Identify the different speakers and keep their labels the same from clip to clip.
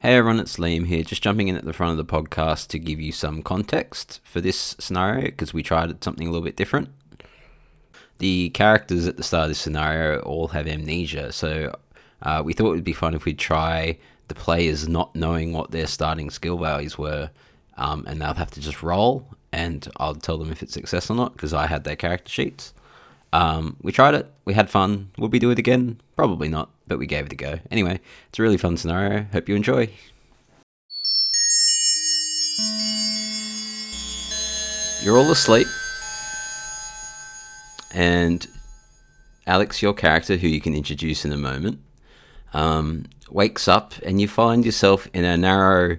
Speaker 1: Hey everyone, it's Liam here, just jumping in at the front of the podcast to give you some context for this scenario because we tried something a little bit different. The characters at the start of this scenario all have amnesia, so uh, we thought it would be fun if we try the players not knowing what their starting skill values were, um, and they'll have to just roll, and I'll tell them if it's success or not because I had their character sheets. Um, we tried it. We had fun. Would we do it again? Probably not, but we gave it a go. Anyway, it's a really fun scenario. Hope you enjoy. You're all asleep. And Alex, your character, who you can introduce in a moment, um, wakes up and you find yourself in a narrow,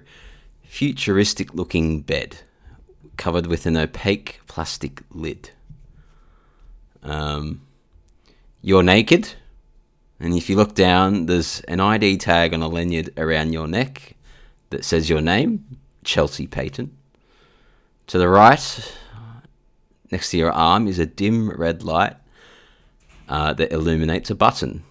Speaker 1: futuristic looking bed covered with an opaque plastic lid. Um, you're naked, and if you look down, there's an ID tag on a lanyard around your neck that says your name, Chelsea Payton. To the right, next to your arm, is a dim red light uh, that illuminates a button.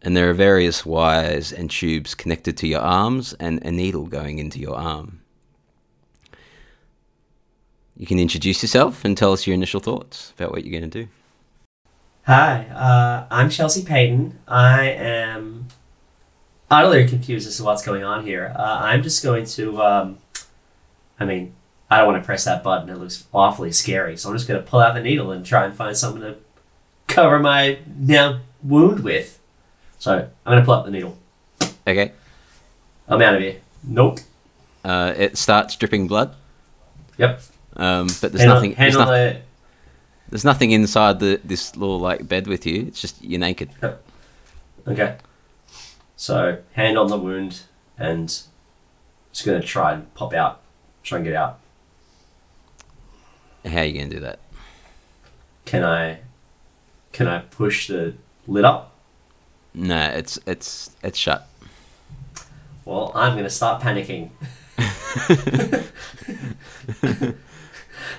Speaker 1: And there are various wires and tubes connected to your arms and a needle going into your arm. You can introduce yourself and tell us your initial thoughts about what you're going to do.
Speaker 2: Hi, uh, I'm Chelsea Payton. I am utterly confused as to what's going on here. Uh, I'm just going to, um, I mean, I don't want to press that button. It looks awfully scary. So I'm just going to pull out the needle and try and find something to cover my now wound with. So I'm going to pull out the needle.
Speaker 1: Okay.
Speaker 2: I'm out of here. Nope.
Speaker 1: Uh, it starts dripping blood.
Speaker 2: Yep.
Speaker 1: Um, but there's
Speaker 2: Handle,
Speaker 1: nothing. There's,
Speaker 2: handle
Speaker 1: noth-
Speaker 2: the,
Speaker 1: there's nothing inside the this little like bed with you. It's just you're naked.
Speaker 2: Okay. So hand on the wound and just going to try and pop out, try and get out.
Speaker 1: How are you gonna do that?
Speaker 2: Can I can I push the lid up?
Speaker 1: No, it's it's it's shut.
Speaker 2: Well, I'm gonna start panicking.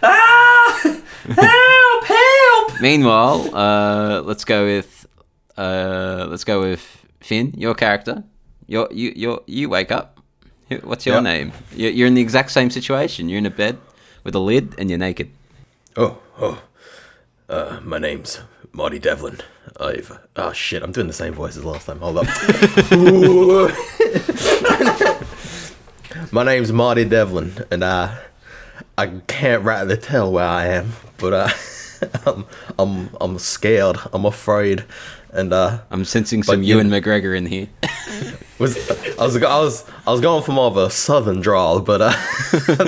Speaker 2: ah! Help! Help!
Speaker 1: Meanwhile, uh, let's go with uh, let's go with Finn, your character. Your you you you wake up. Who- What's your
Speaker 3: Yep.
Speaker 1: name? You're, you're in the exact same situation. You're in a bed with a lid and you're naked.
Speaker 3: Oh, oh. Uh, my name's Marty Devlin. I've. Oh, shit, I'm doing the same voice as last time. Hold up. my name's Marty Devlin, and uh, I can't rightly tell where I am, but uh, I'm, I'm, I'm scared, I'm afraid, and uh,
Speaker 1: I'm sensing some
Speaker 3: But you-
Speaker 1: Ewan McGregor in here.
Speaker 3: was I was I was I was going for more of a southern drawl, but uh, I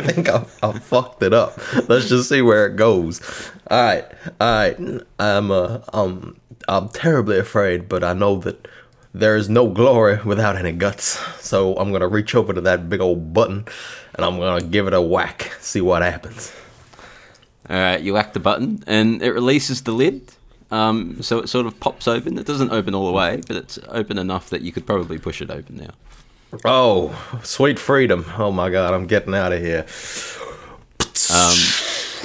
Speaker 3: think I, I fucked it up. Let's just see where it goes. All right, all right. I'm uh, um I'm terribly afraid, but I know that there is no glory without any guts. So I'm gonna reach over to that big old button, and I'm gonna give it a whack. See what happens.
Speaker 1: All right, Uh, you whack the button, and it releases the lid. Um, so it sort of pops open. It doesn't open all the way, but it's open enough that you could probably push it open now.
Speaker 3: Oh, sweet freedom! Oh my God, I'm getting out of here.
Speaker 1: Um,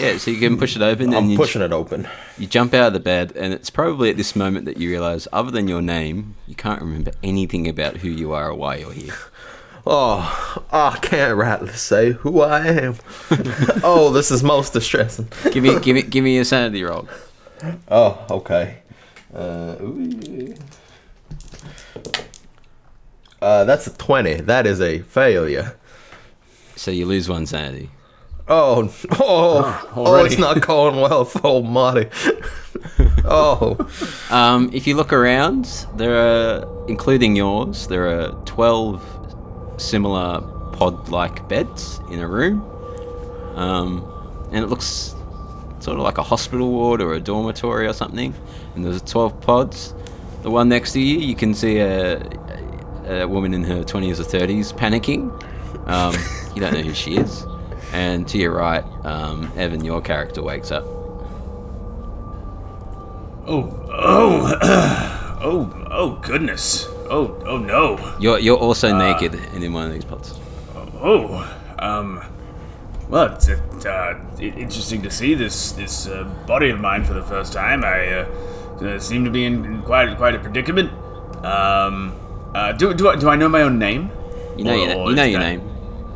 Speaker 1: yeah, so you can push it open, and
Speaker 3: I'm
Speaker 1: you,
Speaker 3: pushing it open.
Speaker 1: you jump out of the bed, and it's probably at this moment that you realize, other than your name, you can't remember anything about who you are or why you're here.
Speaker 3: Oh, I can't rightly say who I am. oh, this is most distressing.
Speaker 1: Give me, give me, give me a sanity roll.
Speaker 3: Oh, okay. Uh, ooh. uh, that's a 20. That is a failure.
Speaker 1: So you lose one sanity.
Speaker 3: Oh, oh, oh,
Speaker 4: already.
Speaker 3: it's not going well for old Marty. oh,
Speaker 1: Um, if you look around, there are, including yours, there are 12 similar pod like beds in a room. Um, and it looks sort of like a hospital ward or a dormitory or something. And there's 12 pods. The one next to you, you can see a, a woman in her 20s or 30s panicking. Um, you don't know who she is. And to your right, um, Evan, your character wakes up.
Speaker 4: Oh, oh, oh, oh, goodness. Oh, oh no.
Speaker 1: You're, you're also naked and in one of these pods.
Speaker 4: Oh, um, well, it's uh, uh, i- interesting to see this this uh, body of mine for the first time. I uh, uh, seem to be in, in quite quite a predicament. Um, uh, do do I, do I know my own name?
Speaker 1: You know your, na-
Speaker 4: Or- or
Speaker 1: you know
Speaker 4: is
Speaker 1: your
Speaker 4: that-
Speaker 1: name.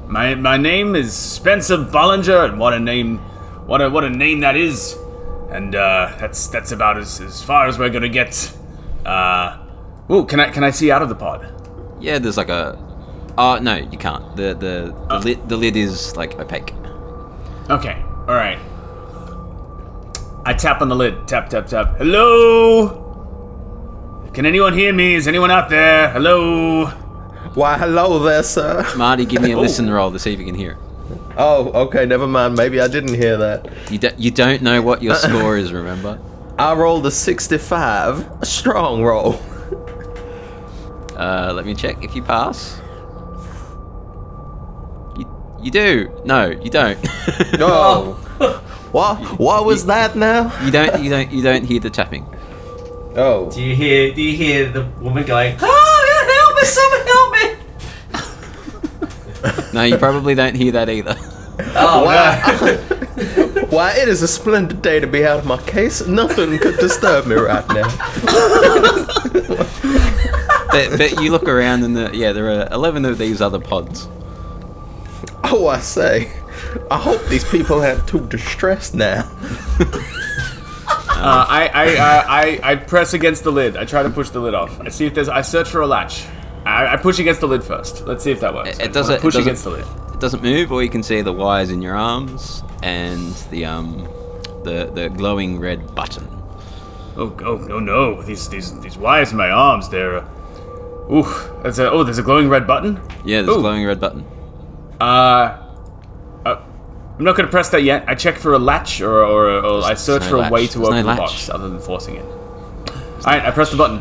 Speaker 4: My my name is Spencer Bollinger, and what a name, what a what a name that is, and uh, that's that's about as, as far as we're gonna get. Uh, ooh, can I can I see out of the pod?
Speaker 1: Yeah, there's like a. Oh no, you can't. The the the, lid, the lid is like opaque.
Speaker 4: Okay, all right. I tap on the lid. Tap tap tap. Hello. Can anyone hear me? Is anyone out there? Hello.
Speaker 3: Why, hello there, sir.
Speaker 1: Marty, give me a listen roll to see if you can hear it.
Speaker 3: Oh, okay, never mind. Maybe I didn't hear that.
Speaker 1: You do, you don't know what your score is, remember?
Speaker 3: I rolled a 65. A strong roll.
Speaker 1: Uh, let me check if you pass. You, you do. No, you don't.
Speaker 3: No. what? What was that now?
Speaker 1: you don't. You don't. You don't hear the tapping.
Speaker 3: Oh.
Speaker 2: Do you hear? Do you hear the woman going? Oh, help me! Someone help me!
Speaker 1: No, you probably don't hear that either.
Speaker 2: Oh,
Speaker 3: Why, why, it is a splendid day to be out of my case. Nothing could disturb me right now.
Speaker 1: but, but you look around and the, yeah, there are eleven of these other pods.
Speaker 3: Oh, I say. I hope these people aren't too distressed now.
Speaker 4: Uh, I, I, I, I I press against the lid. I try to push the lid off. I see if there's. I search for a latch. I, I push against the lid first. Let's see if that works.
Speaker 1: It- it
Speaker 4: I just
Speaker 1: doesn't-
Speaker 4: wanna
Speaker 1: it
Speaker 4: Push
Speaker 1: doesn't-
Speaker 4: against the lid.
Speaker 1: It doesn't move. All you can see are the wires in your arms and the um, the the glowing red button.
Speaker 4: Oh, oh no no! These these these wires in my arms. They're. Uh, ooh, that's a. Oh, there's a glowing red button.
Speaker 1: Yeah, there's a
Speaker 4: Ooh.
Speaker 1: glowing red button.
Speaker 4: Uh, uh, I'm not gonna press that yet. I check for a latch or or, or I search
Speaker 1: no
Speaker 4: for a
Speaker 1: latch.
Speaker 4: way to
Speaker 1: There's no
Speaker 4: open the
Speaker 1: latch.
Speaker 4: box other than forcing it. All right, I press the button.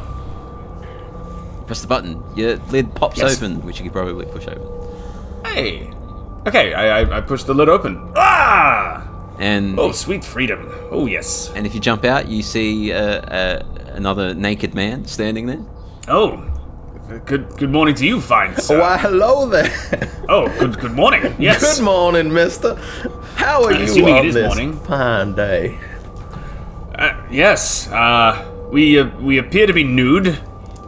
Speaker 1: Press the button. Your lid pops
Speaker 4: Yes.
Speaker 1: open, which you could probably push open.
Speaker 4: Hey. Okay, I, I I push the lid open. Ah!
Speaker 1: And
Speaker 4: Oh, sweet freedom. Oh yes.
Speaker 1: and if you jump out, you see uh, uh, another naked man standing there.
Speaker 4: Oh, good good morning to you, fine sir.
Speaker 3: Why, hello there.
Speaker 4: Oh, good good morning. Yes.
Speaker 3: Good morning, mister. How are
Speaker 4: I'm
Speaker 3: you
Speaker 4: assuming it
Speaker 3: on
Speaker 4: is
Speaker 3: this
Speaker 4: morning.
Speaker 3: fine day?
Speaker 4: Uh, yes. Uh, we uh, we appear to be nude. Uh,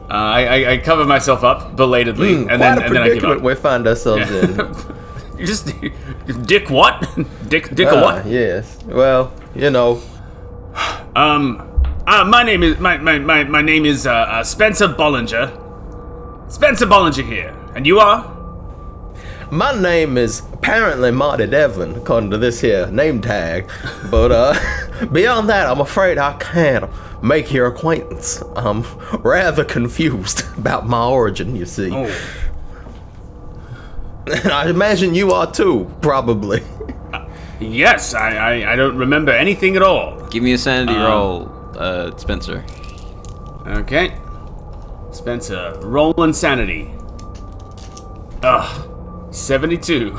Speaker 4: I, I I cover myself up belatedly, and
Speaker 3: Hmm, Quite
Speaker 4: then
Speaker 3: a
Speaker 4: and then I give
Speaker 3: predicament
Speaker 4: up.
Speaker 3: we find ourselves in.
Speaker 4: you just dick what? dick dick a
Speaker 3: Ah,
Speaker 4: what?
Speaker 3: Yes. Well, you know.
Speaker 4: Um. Uh, my name is my my, my, my name is uh, uh, Spencer Bollinger. Spencer Bollinger here, and you are?
Speaker 3: My name is apparently Marty Devlin, according to this here name tag. But uh, beyond that, I'm afraid I can't make your acquaintance. I'm rather confused about my origin, you see.
Speaker 4: Oh,
Speaker 3: And I imagine you are too, probably.
Speaker 4: yes. I, I I don't remember anything at all.
Speaker 1: Give me a sanity
Speaker 4: Um,
Speaker 1: roll, uh, Spencer.
Speaker 4: Okay. Spencer, roll insanity. Ugh. 72.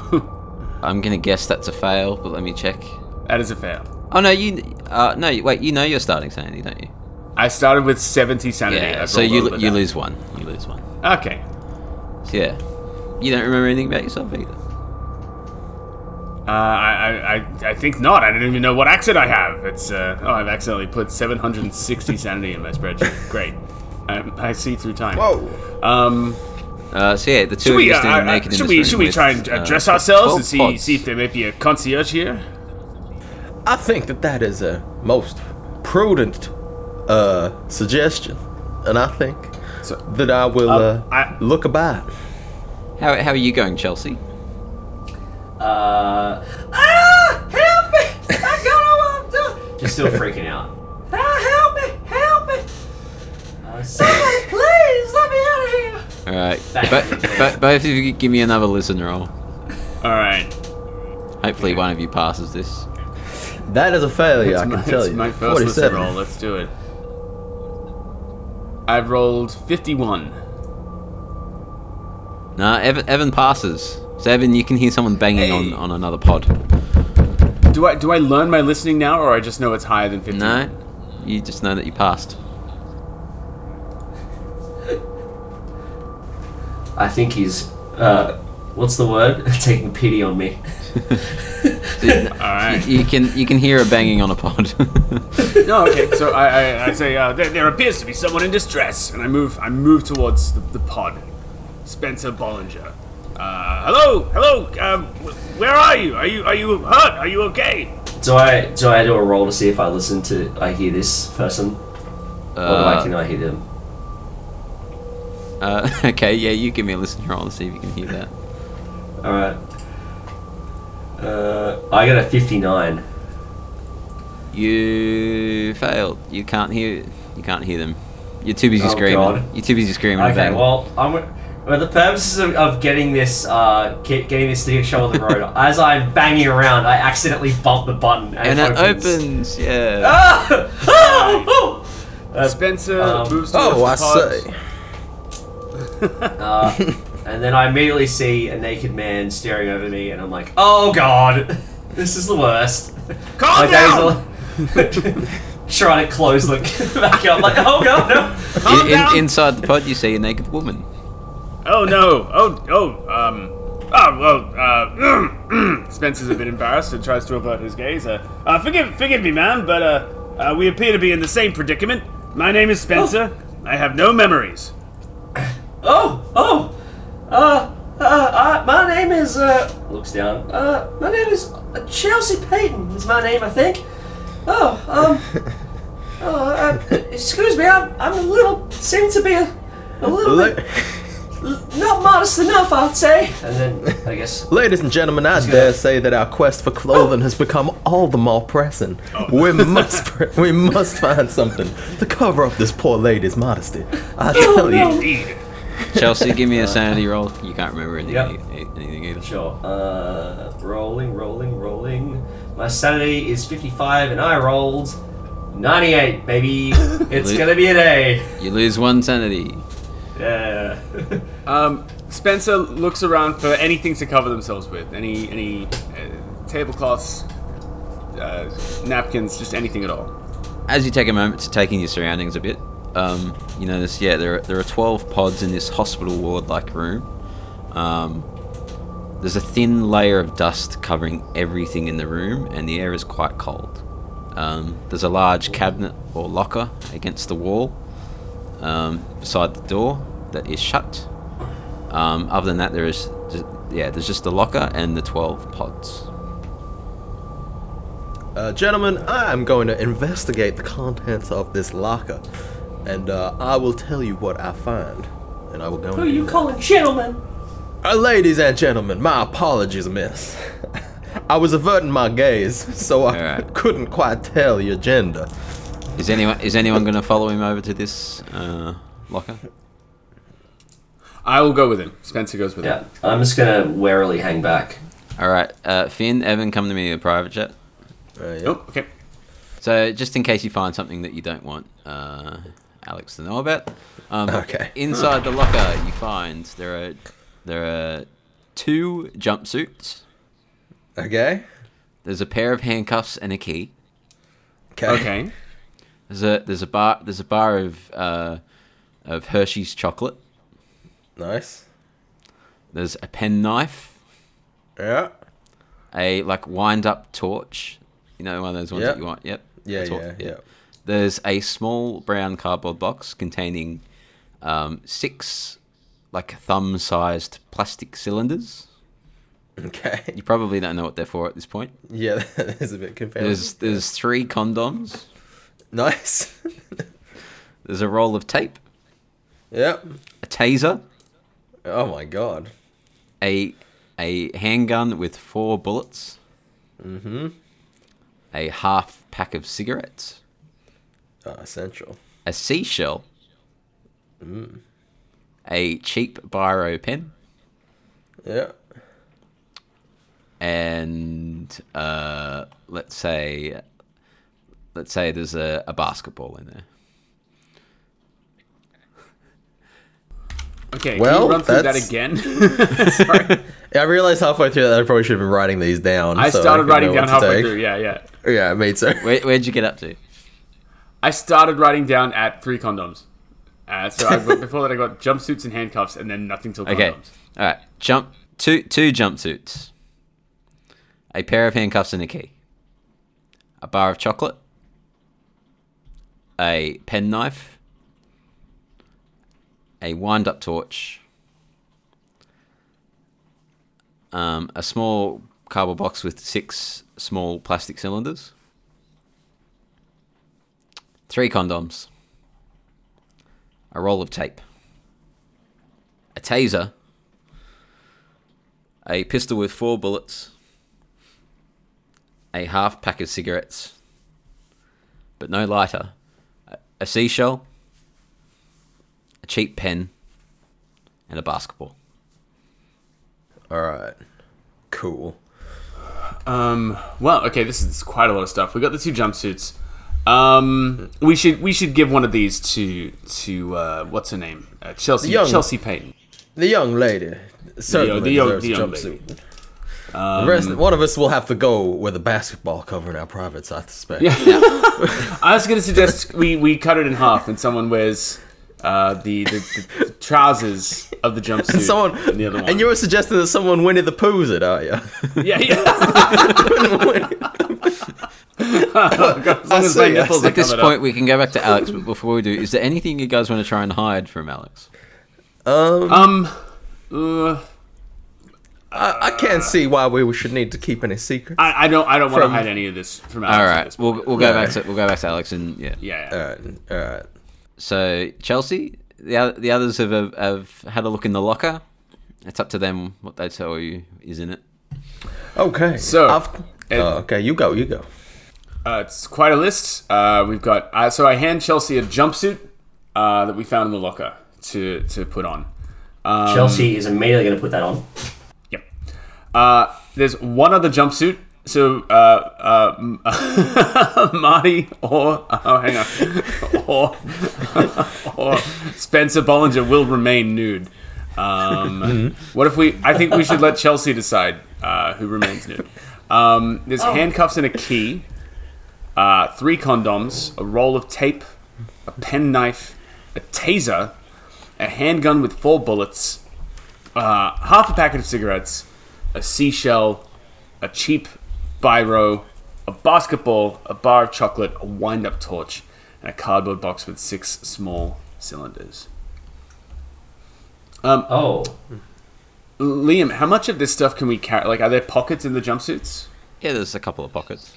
Speaker 1: I'm gonna guess that's a fail, but let me check.
Speaker 4: that is a fail.
Speaker 1: Oh no, you. Uh, no, wait. You know you're starting sanity, don't you?
Speaker 4: I started with 70 sanity.
Speaker 1: Yeah.
Speaker 4: I
Speaker 1: So
Speaker 4: rolled
Speaker 1: you
Speaker 4: over
Speaker 1: you
Speaker 4: that.
Speaker 1: lose one. You lose one.
Speaker 4: Okay.
Speaker 1: So, yeah. You don't remember anything about yourself either.
Speaker 4: Uh, I, I, I, I think not. I don't even know what accent I have. It's uh, oh, I've accidentally put 760 sanity in my spreadsheet. Great. Um, I, I see through time.
Speaker 3: Whoa.
Speaker 4: Um,
Speaker 1: Uh, so yeah, the two
Speaker 4: should
Speaker 1: of
Speaker 4: we,
Speaker 1: you
Speaker 4: uh,
Speaker 1: standing
Speaker 4: uh,
Speaker 1: naked in this
Speaker 4: should we
Speaker 1: room
Speaker 4: should we
Speaker 1: with,
Speaker 4: try and
Speaker 1: uh,
Speaker 4: dress ourselves and see
Speaker 1: 12 pods.
Speaker 4: see if there may be a concierge here?
Speaker 3: I think that that is a most prudent uh, suggestion. And I think
Speaker 4: So-
Speaker 3: that I will
Speaker 4: Um,
Speaker 3: uh,
Speaker 4: I-
Speaker 3: look about.
Speaker 1: How, how are you going, Chelsea?
Speaker 2: Uh, ah, help me! I don't know what I'm doing. Just still freaking out. Ah, help me! Help me! Uh, Somebody, please, let me out of here!
Speaker 1: All right,
Speaker 2: Back.
Speaker 1: but but both of you give me another listen roll.
Speaker 4: All right.
Speaker 1: Hopefully, one of you passes this.
Speaker 3: That is a failure, I
Speaker 4: That's
Speaker 3: can
Speaker 4: my,
Speaker 3: tell
Speaker 4: that's
Speaker 3: you.
Speaker 4: my first listen roll. Let's do it. I've rolled 51.
Speaker 1: Nah, Evan, Evan passes. So Evan, you can hear someone banging on,
Speaker 4: Hey.
Speaker 1: on another pod.
Speaker 4: Do I do I learn my listening now, or I just know it's higher than 50?
Speaker 1: No, you just know that you passed.
Speaker 2: I think he's, uh, what's the word? Taking pity on me.
Speaker 1: All
Speaker 4: right.
Speaker 1: You, you can you can hear a banging on a pod.
Speaker 4: No. Okay. So I I, I say uh, there, there appears to be someone in distress, and I move I move towards the, the pod. Spencer Bollinger. Uh, hello, hello. Um, wh- where are you? Are you are you hurt? Are you okay?
Speaker 2: Do I do I do a roll to see if I listen to I hear this person, or do I
Speaker 1: Uh,
Speaker 2: can I hear them?
Speaker 1: uh, okay, yeah, you give me a listen roll and see if you can hear that.
Speaker 2: All right. Uh, I got a fifty-nine.
Speaker 1: You failed. You can't hear. You can't hear them. You're too busy
Speaker 2: Oh,
Speaker 1: screaming.
Speaker 2: God.
Speaker 1: You're too busy screaming.
Speaker 2: Okay,
Speaker 1: about it.
Speaker 2: well, I'm. For the purposes of, of getting this, uh, ge- getting this to show on the road, as I'm banging around, I accidentally bump the button
Speaker 1: and
Speaker 2: and, it
Speaker 1: it opens. Yeah.
Speaker 2: Ah! Ah! Oh! That's-
Speaker 4: Spencer
Speaker 2: um,
Speaker 4: moves
Speaker 3: Uh, Oh,
Speaker 4: towards the
Speaker 3: I
Speaker 4: pods.
Speaker 3: see.
Speaker 2: Uh, and then I immediately see a naked man staring over me, and I'm like, "Oh God, this is the worst."
Speaker 4: Calm
Speaker 2: My
Speaker 4: down.
Speaker 2: days are trying to close the back up. Like, "Oh God, no!"
Speaker 4: Ah, Calm
Speaker 1: In- in-
Speaker 4: down.
Speaker 1: inside the pod, you see a naked woman.
Speaker 4: Oh no! Oh oh um. Oh well. Uh, Spencer's a bit embarrassed and tries to avert his gaze. Uh, uh forgive forgive me, ma'am, but uh, uh, we appear to be in the same predicament. My name is Spencer.
Speaker 3: Oh.
Speaker 4: I have no memories.
Speaker 2: Oh, oh, uh, uh, uh, my name is, uh, looks down, uh, my name is uh, Chelsea Payton, is my name, I think. Oh, um, oh, uh, excuse me, I'm, I'm a little, seem to be a, a little
Speaker 3: La-
Speaker 2: bit l- not modest enough, I'd say. And then, I guess,
Speaker 3: Ladies and gentlemen, I dare say that our quest for clothing has become all the more pressing. We must, pr- we must find something to cover up this poor lady's modesty. I tell you.
Speaker 4: Indeed.
Speaker 1: Chelsea, give me a sanity roll. You can't remember anything, anything either.
Speaker 2: sure, uh, rolling, rolling, rolling. My sanity is 55 and I rolled 98, baby. It's
Speaker 1: Lit-
Speaker 2: gonna be a day.
Speaker 1: You lose one sanity.
Speaker 2: Yeah.
Speaker 4: Um, Spencer looks around for anything to cover themselves with. Any any uh, tablecloths, uh, napkins, just anything at all.
Speaker 1: As you take a moment to take in your surroundings a bit, um, you notice, yeah, there are, there are 12 pods in this hospital ward like room. Um, there's a thin layer of dust covering everything in the room, and the air is quite cold. Um, there's a large cabinet or locker against the wall um, beside the door that is shut. Um, other than that, there is, ju- yeah, there's just the locker and the 12 pods.
Speaker 3: Uh, gentlemen, I am going to investigate the contents of this locker, and uh, I will tell you what I find. And I will go.
Speaker 2: Who Oh, you calling gentlemen?
Speaker 3: Uh, ladies and gentlemen, my apologies, miss. I was averting my gaze, so I
Speaker 1: Alright.
Speaker 3: couldn't quite tell your gender. Uh,
Speaker 1: Is anyone is anyone going to follow him over to this uh, locker?
Speaker 4: I will go with him. Spencer goes with
Speaker 2: Yeah, I'm just gonna warily hang back.
Speaker 1: All right, uh, Finn, Evan, come to me in a private chat.
Speaker 3: Uh, yeah.
Speaker 4: him. Oh, okay.
Speaker 1: So just in case you find something that you don't want uh, Alex to know about, um,
Speaker 3: Okay.
Speaker 1: Inside the locker, you find there are there are two jumpsuits.
Speaker 3: Okay.
Speaker 1: There's a pair of handcuffs and a key.
Speaker 3: Okay.
Speaker 4: Okay.
Speaker 1: There's a there's a bar there's a bar of uh, of Hershey's chocolate.
Speaker 3: Nice.
Speaker 1: There's a penknife,
Speaker 3: Yeah.
Speaker 1: a like wind up torch. You know one of those ones
Speaker 3: Yep.
Speaker 1: that you want. Yep.
Speaker 3: Yeah,
Speaker 1: A torch,
Speaker 3: yeah, yeah.
Speaker 1: There's a small brown cardboard box containing um, six like thumb-sized plastic cylinders.
Speaker 3: Okay.
Speaker 1: You probably don't know what they're for at this point.
Speaker 3: Yeah, that is a bit confusing.
Speaker 1: There's there's three condoms.
Speaker 3: Nice.
Speaker 1: There's a roll of tape,
Speaker 3: yep.
Speaker 1: a taser,
Speaker 3: Oh my god.
Speaker 1: a a handgun with four bullets, mm-hmm. a half pack of cigarettes,
Speaker 3: Uh, essential.
Speaker 1: a seashell, a cheap biro pen,
Speaker 3: Yeah.
Speaker 1: and uh, let's say let's say there's a, a basketball in there.
Speaker 4: Okay.
Speaker 3: Well,
Speaker 4: can you run through that
Speaker 3: that's-
Speaker 4: again?
Speaker 3: Yeah, I realized halfway through that I probably should have been writing these down.
Speaker 4: I
Speaker 3: so
Speaker 4: started
Speaker 3: could
Speaker 4: writing
Speaker 3: know
Speaker 4: down
Speaker 3: what to
Speaker 4: halfway
Speaker 3: take.
Speaker 4: through. Yeah, yeah.
Speaker 3: Yeah, me too.
Speaker 1: Where, where'd you get up to?
Speaker 4: I started writing down at three condoms. Uh, so I, but before that, I got jumpsuits and handcuffs, and then nothing till condoms.
Speaker 1: Okay, all right. Jump two two jumpsuits, a pair of handcuffs and a key, a bar of chocolate, a penknife, a wind up torch, um, a small cardboard box with six small plastic cylinders, three condoms, a roll of tape, a taser, a pistol with four bullets, a half pack of cigarettes, but no lighter, a- a seashell, a cheap pen, and a basketball.
Speaker 3: All right. Cool.
Speaker 4: Um. Well, okay. This is quite a lot of stuff. We got the two jumpsuits. Um. We should we should give one of these to to uh, what's her name? Uh, Chelsea
Speaker 3: Young.
Speaker 4: Chelsea Payton.
Speaker 3: The young lady certainly
Speaker 4: the young-
Speaker 3: deserves
Speaker 4: the
Speaker 3: a
Speaker 4: young Um,
Speaker 3: jumpsuit. the rest, one of us will have to go with a basketball covering our privates, I suspect.
Speaker 4: I was going to suggest we, we cut it in half and someone wears uh, the, the, the trousers of the jumpsuit.
Speaker 3: And someone,
Speaker 4: and
Speaker 3: and,
Speaker 4: the other one.
Speaker 3: you were suggesting that someone Winnie the Pooh's it, are you?
Speaker 4: yeah. yeah. Oh, God, as long as
Speaker 3: see,
Speaker 4: my
Speaker 3: I
Speaker 4: nipples
Speaker 3: see.
Speaker 4: are
Speaker 1: At this
Speaker 4: covered
Speaker 1: point, we can go back to Alex, but before we do, is there anything you guys want to try and hide from Alex?
Speaker 4: up. um. uh,
Speaker 3: I, I can't see why we should need to keep any secrets.
Speaker 4: I, I don't. I don't want to
Speaker 3: From-
Speaker 4: hide any of this from Alex.
Speaker 1: All
Speaker 4: at
Speaker 1: right,
Speaker 4: this
Speaker 1: we'll
Speaker 4: point.
Speaker 1: we'll go back to we'll go back to Alex and yeah.
Speaker 4: yeah.
Speaker 3: all
Speaker 4: yeah.
Speaker 3: right, all right.
Speaker 1: So Chelsea, the oth- the others have, have have had a look in the locker. It's up to them what they tell you is in it.
Speaker 3: Okay.
Speaker 4: So,
Speaker 3: I've-
Speaker 4: it-
Speaker 3: oh, okay, you go, you go.
Speaker 4: Uh, it's quite a list. Uh, we've got uh, so I hand Chelsea a jumpsuit uh, that we found in the locker to to put on. Um,
Speaker 2: Chelsea is immediately going to put that on.
Speaker 4: Yep. Uh, there's one other jumpsuit. So uh, uh, Marty or oh hang on or or Spencer Bollinger will remain nude. Um, what if we? I think we should let Chelsea decide uh, who remains nude. Um, there's handcuffs and a key, uh, three condoms, a roll of tape, a penknife, a taser, a handgun with four bullets, uh, half a packet of cigarettes, a seashell, a cheap biro, a basketball, a bar of chocolate, a wind up torch, and a cardboard box with six small cylinders.
Speaker 2: Oh,
Speaker 4: Liam, how much of this stuff can we carry? Like, are there pockets in the jumpsuits?
Speaker 1: Yeah, there's a couple of pockets.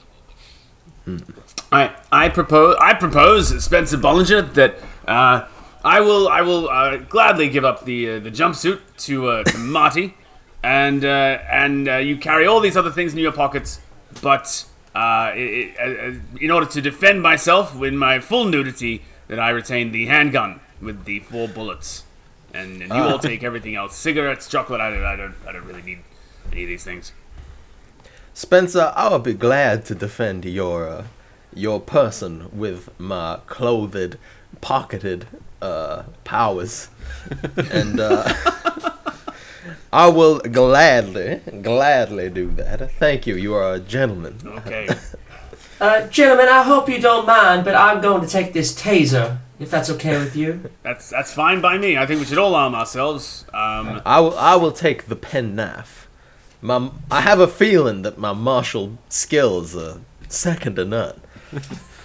Speaker 4: I I propose I propose Spencer Bollinger that uh, I will I will uh, gladly give up the uh, the jumpsuit to uh, to Marty, and uh, and uh, you carry all these other things in your pockets, but uh, i i uh, in order to defend myself in my full nudity, that I retain the handgun with the four bullets, and, and you all take everything else cigarettes, chocolate. I don't I don't I don't really need any of these things.
Speaker 3: Spencer, I'll be glad to defend your uh, your person with my clothed, pocketed uh, powers, and uh, I will gladly, gladly do that. Thank you. You are a gentleman.
Speaker 4: Okay.
Speaker 2: uh, gentlemen, I hope you don't mind, but I'm going to take this taser if that's okay with you.
Speaker 4: That's that's fine by me. I think we should all arm ourselves. Um,
Speaker 3: I will. I will take the penknife. My, I have a feeling that my martial skills are second to none.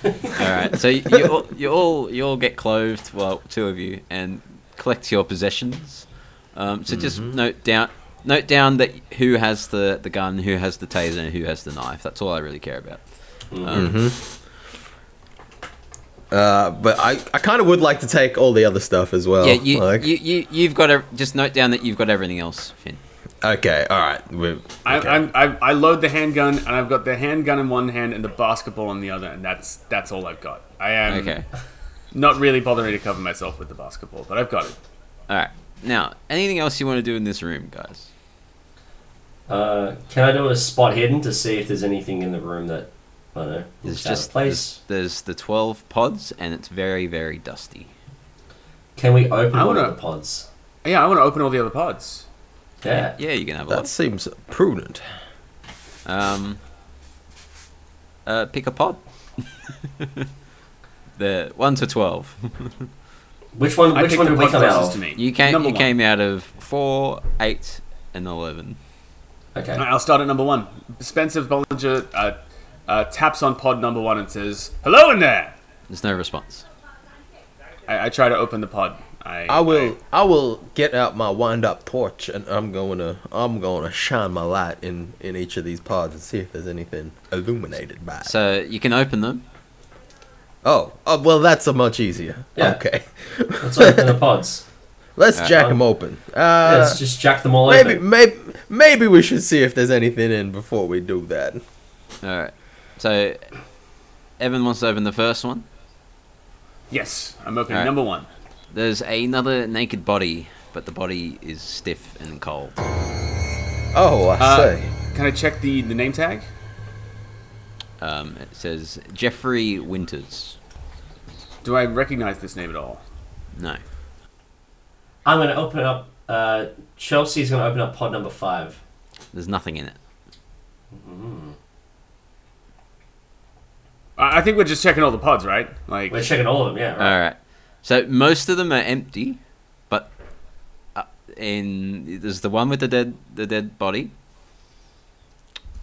Speaker 1: All right, so you you all, you all you all get clothed, well, two of you, and collect your possessions. Um, so just note down note down that who has the the gun, who has the taser, and who has the knife. That's all I really care about.
Speaker 3: Uh, but I, I kind of would like to take all the other stuff as well.
Speaker 1: yeah, you,
Speaker 3: Oh, like-
Speaker 1: you you you've got to just note down that you've got everything else, Finn.
Speaker 3: Okay, all right. We're,
Speaker 4: I,
Speaker 3: okay.
Speaker 4: I'm, I I load the handgun and I've got the handgun in one hand and the basketball in the other, and that's that's all I've got. I am
Speaker 1: Okay.
Speaker 4: not really bothering to cover myself with the basketball, but I've got it.
Speaker 1: All right. Now, anything else you want to do in this room, guys?
Speaker 2: Uh, can I do a spot hidden to see if there's anything in the room that I don't know?
Speaker 1: There's
Speaker 2: looks out of
Speaker 1: just
Speaker 2: place.
Speaker 1: There's, there's the twelve pods, and it's very very dusty.
Speaker 2: Can we open
Speaker 4: I
Speaker 2: one of
Speaker 4: wanna-
Speaker 2: the pods?
Speaker 4: Yeah, I want to open all the other pods.
Speaker 2: Yeah.
Speaker 1: Yeah, you can have a
Speaker 3: that
Speaker 1: lot.
Speaker 3: seems prudent.
Speaker 1: Um, uh, pick a pod. the one to twelve.
Speaker 2: Which one?
Speaker 4: I
Speaker 2: Which
Speaker 4: picked
Speaker 2: one
Speaker 4: the
Speaker 2: did we
Speaker 4: pod
Speaker 2: come out
Speaker 4: closest
Speaker 2: of?
Speaker 4: to me.
Speaker 1: You came.
Speaker 4: Number
Speaker 1: you
Speaker 4: one.
Speaker 1: came out of four, eight, and eleven.
Speaker 2: Okay.
Speaker 4: All right, I'll start at number one. Spencer Bollinger uh, uh, taps on pod number one and says, "Hello in there."
Speaker 1: There's no response.
Speaker 4: I, I try to open the pod. I,
Speaker 3: I will I will get out my wind up torch and I'm gonna I'm gonna shine my light in in each of these pods and see if there's anything illuminated by it.
Speaker 1: So you can open them.
Speaker 3: oh, oh well that's a much easier.
Speaker 2: Yeah.
Speaker 3: Okay.
Speaker 2: Let's open the pods.
Speaker 3: Let's
Speaker 1: Uh,
Speaker 3: 'em jack
Speaker 2: um,
Speaker 3: them open.
Speaker 2: Let's
Speaker 3: Uh,
Speaker 2: just jack them all
Speaker 3: maybe
Speaker 2: open.
Speaker 3: maybe maybe we should see if there's anything in before we do that.
Speaker 1: All right. So Evan wants to open the first one.
Speaker 4: Yes, I'm opening
Speaker 1: Alright.
Speaker 4: number one.
Speaker 1: There's another naked body, but the body is stiff and cold.
Speaker 3: Oh, I
Speaker 4: Uh,
Speaker 3: say.
Speaker 4: Can I check the the name tag?
Speaker 1: Um, it says Jeffrey Winters.
Speaker 4: Do I recognize this name at all?
Speaker 1: No.
Speaker 2: I'm going to open up. Uh, Chelsea's going to open up pod number five.
Speaker 1: There's nothing in it.
Speaker 4: I I think we're just checking all the pods, right? Like,
Speaker 2: We're checking all of them, yeah. Right?
Speaker 1: All right. So most of them are empty, but uh, in there's the one with the dead the dead body.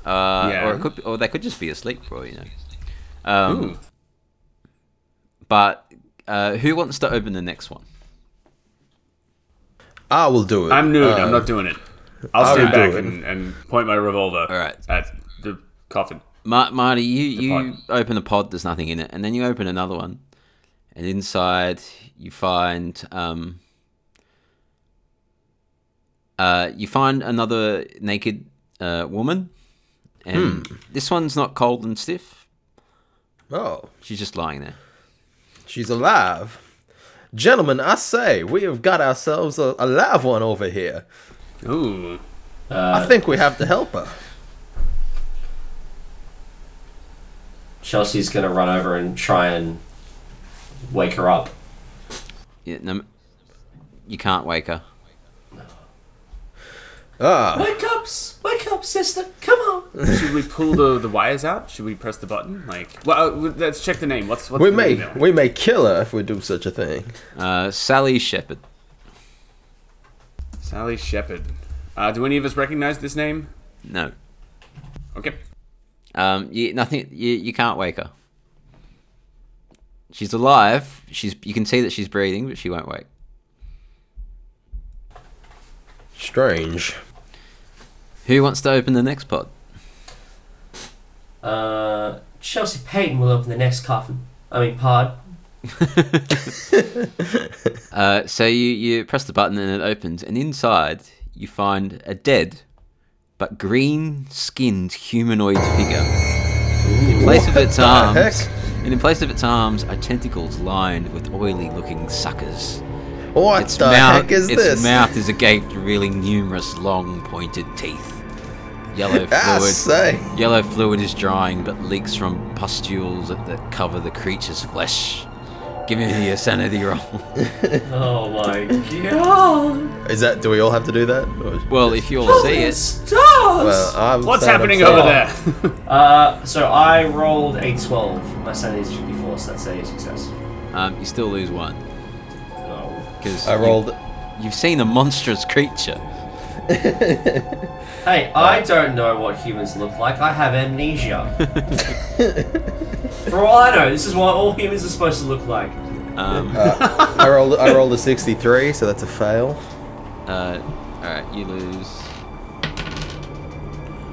Speaker 1: Uh, Or
Speaker 4: Yeah.
Speaker 1: it could be, or they could just be asleep, for all you know. Um,
Speaker 4: ooh.
Speaker 1: But uh, who wants to open the next one?
Speaker 3: I will do it.
Speaker 4: I'm nude.
Speaker 3: Uh,
Speaker 4: I'm not doing it. I'll
Speaker 3: I
Speaker 4: stand
Speaker 3: would do
Speaker 4: back
Speaker 3: it.
Speaker 4: and, and point my revolver
Speaker 1: Alright.
Speaker 4: at the coffin.
Speaker 1: Mar- Marty, you, you
Speaker 4: pod.
Speaker 1: open a pod, there's nothing in it, and then you open another one, and inside you find um, uh, you find another naked uh, woman, and this one's not cold and stiff.
Speaker 3: Oh,
Speaker 1: She's just lying there.
Speaker 3: she's alive. Gentlemen, I say, we have got ourselves a, a live one over here.
Speaker 4: Ooh.
Speaker 3: I
Speaker 1: Uh,
Speaker 3: think we have to help her.
Speaker 2: Chelsea's going to run over and try and wake her up.
Speaker 1: Yeah, no, you can't wake her.
Speaker 3: Ah,
Speaker 2: Wake up! s- Wake up, sister! Come on!
Speaker 4: Should we pull the, the wires out? Should we press the button? Like, well, uh, let's check the name. What's what's
Speaker 3: we
Speaker 4: the
Speaker 3: may
Speaker 4: email?
Speaker 3: we may kill her if we do such a thing.
Speaker 1: Uh, Sally Shepherd.
Speaker 4: Sally Shepard. Uh, do any of us recognize this name?
Speaker 1: No,
Speaker 4: Okay.
Speaker 1: um, you, nothing. You, you can't wake her. She's alive. She's. You can see that she's breathing, but she won't wake.
Speaker 3: Strange.
Speaker 1: Who wants to open the next pod?
Speaker 2: Uh, Chelsea Payton will open the next coffin. I mean, pod.
Speaker 1: Uh, so you, you press the button and it opens, and inside you find a dead but green skinned humanoid figure. in place of its arms
Speaker 3: heck?
Speaker 1: and in place of its arms are tentacles lined with oily looking suckers.
Speaker 3: What
Speaker 1: Its
Speaker 3: the
Speaker 1: mouth
Speaker 3: heck is
Speaker 1: its
Speaker 3: this?
Speaker 1: mouth is agape revealing numerous long pointed teeth. Yellow
Speaker 3: I
Speaker 1: fluid
Speaker 3: say.
Speaker 1: Yellow fluid is drying but leaks from pustules that, that cover the creature's flesh. Give me the sanity roll.
Speaker 2: Oh my god!
Speaker 3: Is that? Do we all have to do that? Or-
Speaker 1: Well, if you all see
Speaker 2: Holy
Speaker 1: it,
Speaker 2: stars!
Speaker 3: Well, uh, I'm
Speaker 4: What's
Speaker 3: sad, I'm
Speaker 4: happening
Speaker 3: sad.
Speaker 4: over there?
Speaker 2: Uh, so I rolled a 12. My sanity is 54, so that's a success.
Speaker 1: um, you still lose one
Speaker 2: Oh.
Speaker 1: because
Speaker 3: I rolled.
Speaker 1: You, have seen a monstrous creature.
Speaker 2: Hey, I don't know what humans look like. I have amnesia. For all I know, this is what all humans are supposed to look like.
Speaker 1: Um,
Speaker 3: I rolled. I rolled a 63, so that's a fail.
Speaker 1: uh, all right, you lose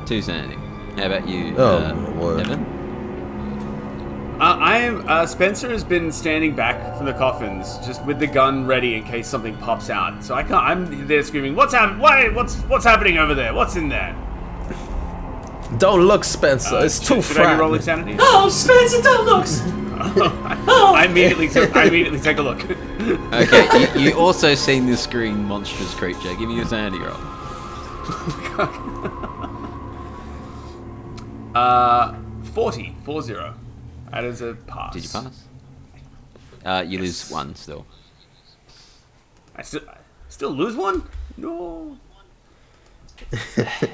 Speaker 1: two sanity. How about you,
Speaker 3: Oh, my
Speaker 1: uh,
Speaker 3: word.
Speaker 1: Evan?
Speaker 4: Uh, I am. Uh, Spencer has been standing back from the coffins, just with the gun ready in case something pops out. So I can't. I'm there screaming, "What's happening? Why? What's what's happening over there? What's in there?"
Speaker 3: Don't look, Spencer.
Speaker 4: Uh,
Speaker 3: it's
Speaker 4: should-
Speaker 3: too
Speaker 4: Should I be rolling
Speaker 3: frightening.
Speaker 4: sanity?
Speaker 2: Oh, Spencer, don't look!
Speaker 4: I immediately. Took, I immediately take a look.
Speaker 1: Okay, you, you also seen this green monstrous creature. Give me your sanity roll.
Speaker 4: Uh, 40, 40. That is a pass.
Speaker 1: Did you pass? Uh, you lose one still.
Speaker 4: I still, I still lose one? No.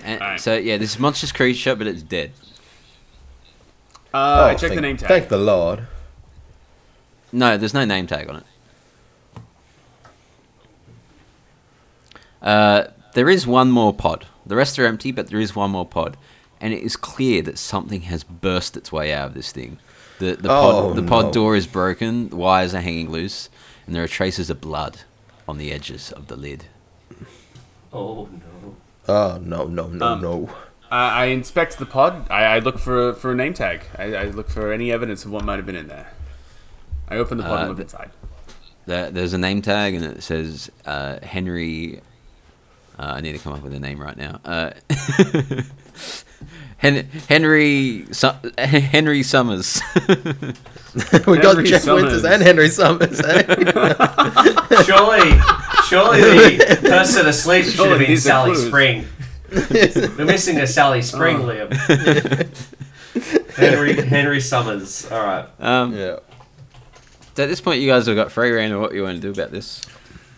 Speaker 1: And,
Speaker 4: Alright.
Speaker 1: So yeah, this monstrous creature, but it's dead.
Speaker 3: Oh,
Speaker 4: Uh, I checked
Speaker 3: thank,
Speaker 4: the name tag.
Speaker 3: Thank the Lord.
Speaker 1: No, there's no name tag on it. Uh, there is one more pod. The rest are empty, but there is one more pod, and it is clear that something has burst its way out of this thing. The the pod
Speaker 3: Oh,
Speaker 1: the pod
Speaker 3: no.
Speaker 1: door is broken. The wires are hanging loose, and there are traces of blood. on the edges of the lid.
Speaker 2: Oh no.
Speaker 3: Oh no no no
Speaker 4: Um,
Speaker 3: no.
Speaker 4: I, I inspect the pod. I, I look for for a name tag. I, I look for any evidence of what might have been in there. I open the pod
Speaker 1: Uh,
Speaker 4: and look
Speaker 1: the-
Speaker 4: inside.
Speaker 1: There, there's a name tag and it says uh, Henry. Uh, I need to come up with a name right now. Uh, Hen- Henry Su- Henry Summers.
Speaker 3: we got
Speaker 4: Henry
Speaker 3: Jeff Winters
Speaker 4: Summers.
Speaker 3: and Henry Summers.
Speaker 2: Surely, surely the person asleep should
Speaker 4: Surely
Speaker 2: have been
Speaker 4: these are
Speaker 2: Sally
Speaker 4: clues.
Speaker 2: Spring.
Speaker 3: eh?
Speaker 2: We're missing a Sally Spring,
Speaker 4: Oh.
Speaker 2: Liam. Henry Henry Summers. All right.
Speaker 1: um,
Speaker 3: yeah.
Speaker 1: so at this point, you guys have got free reign of what you want to do about this.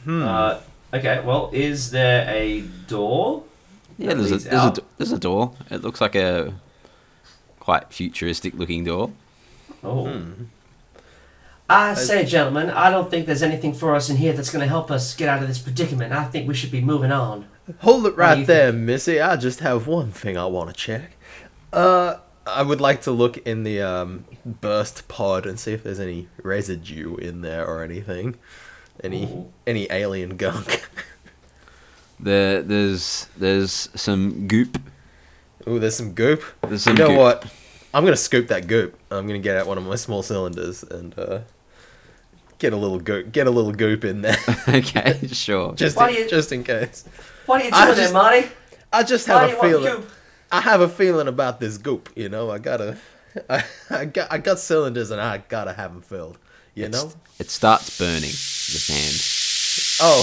Speaker 4: Hmm.
Speaker 2: Uh, okay. Well, is there a door?
Speaker 1: Yeah,
Speaker 2: that
Speaker 1: there's a,
Speaker 2: leads
Speaker 1: there's, a,
Speaker 2: out?
Speaker 1: do- there's a door. It looks like a quite futuristic looking door.
Speaker 2: Oh.
Speaker 3: Hmm.
Speaker 2: I say, gentlemen, I don't think there's anything for us in here that's going to help us get out of this predicament. I think we should be moving on.
Speaker 3: Hold it
Speaker 2: do
Speaker 3: right
Speaker 2: you
Speaker 3: there, Missy. I just have one thing I want to check. Uh, I would like to look in the um, burst pod and see if there's any residue in there or anything. Any
Speaker 2: Ooh.
Speaker 3: any alien gunk.
Speaker 1: There, there's there's some goop.
Speaker 3: Ooh, there's some goop.
Speaker 1: There's some
Speaker 3: you know
Speaker 1: goop.
Speaker 3: what? I'm gonna scoop that goop. I'm gonna get out one of my small cylinders and uh, get a little goop. Get a little goop in there,
Speaker 1: okay, sure.
Speaker 3: just
Speaker 2: Why
Speaker 3: in,
Speaker 2: do you-
Speaker 3: just in case.
Speaker 2: What are you
Speaker 3: I
Speaker 2: doing
Speaker 3: just-
Speaker 2: there, Marty?
Speaker 3: I just
Speaker 2: Why do
Speaker 3: have a
Speaker 2: you want
Speaker 3: feeling.
Speaker 2: goop?
Speaker 3: I have a feeling about this goop. You know, I gotta, I, I got, I got cylinders, and I gotta have them filled. You know?
Speaker 1: It starts burning this hand.
Speaker 3: Oh,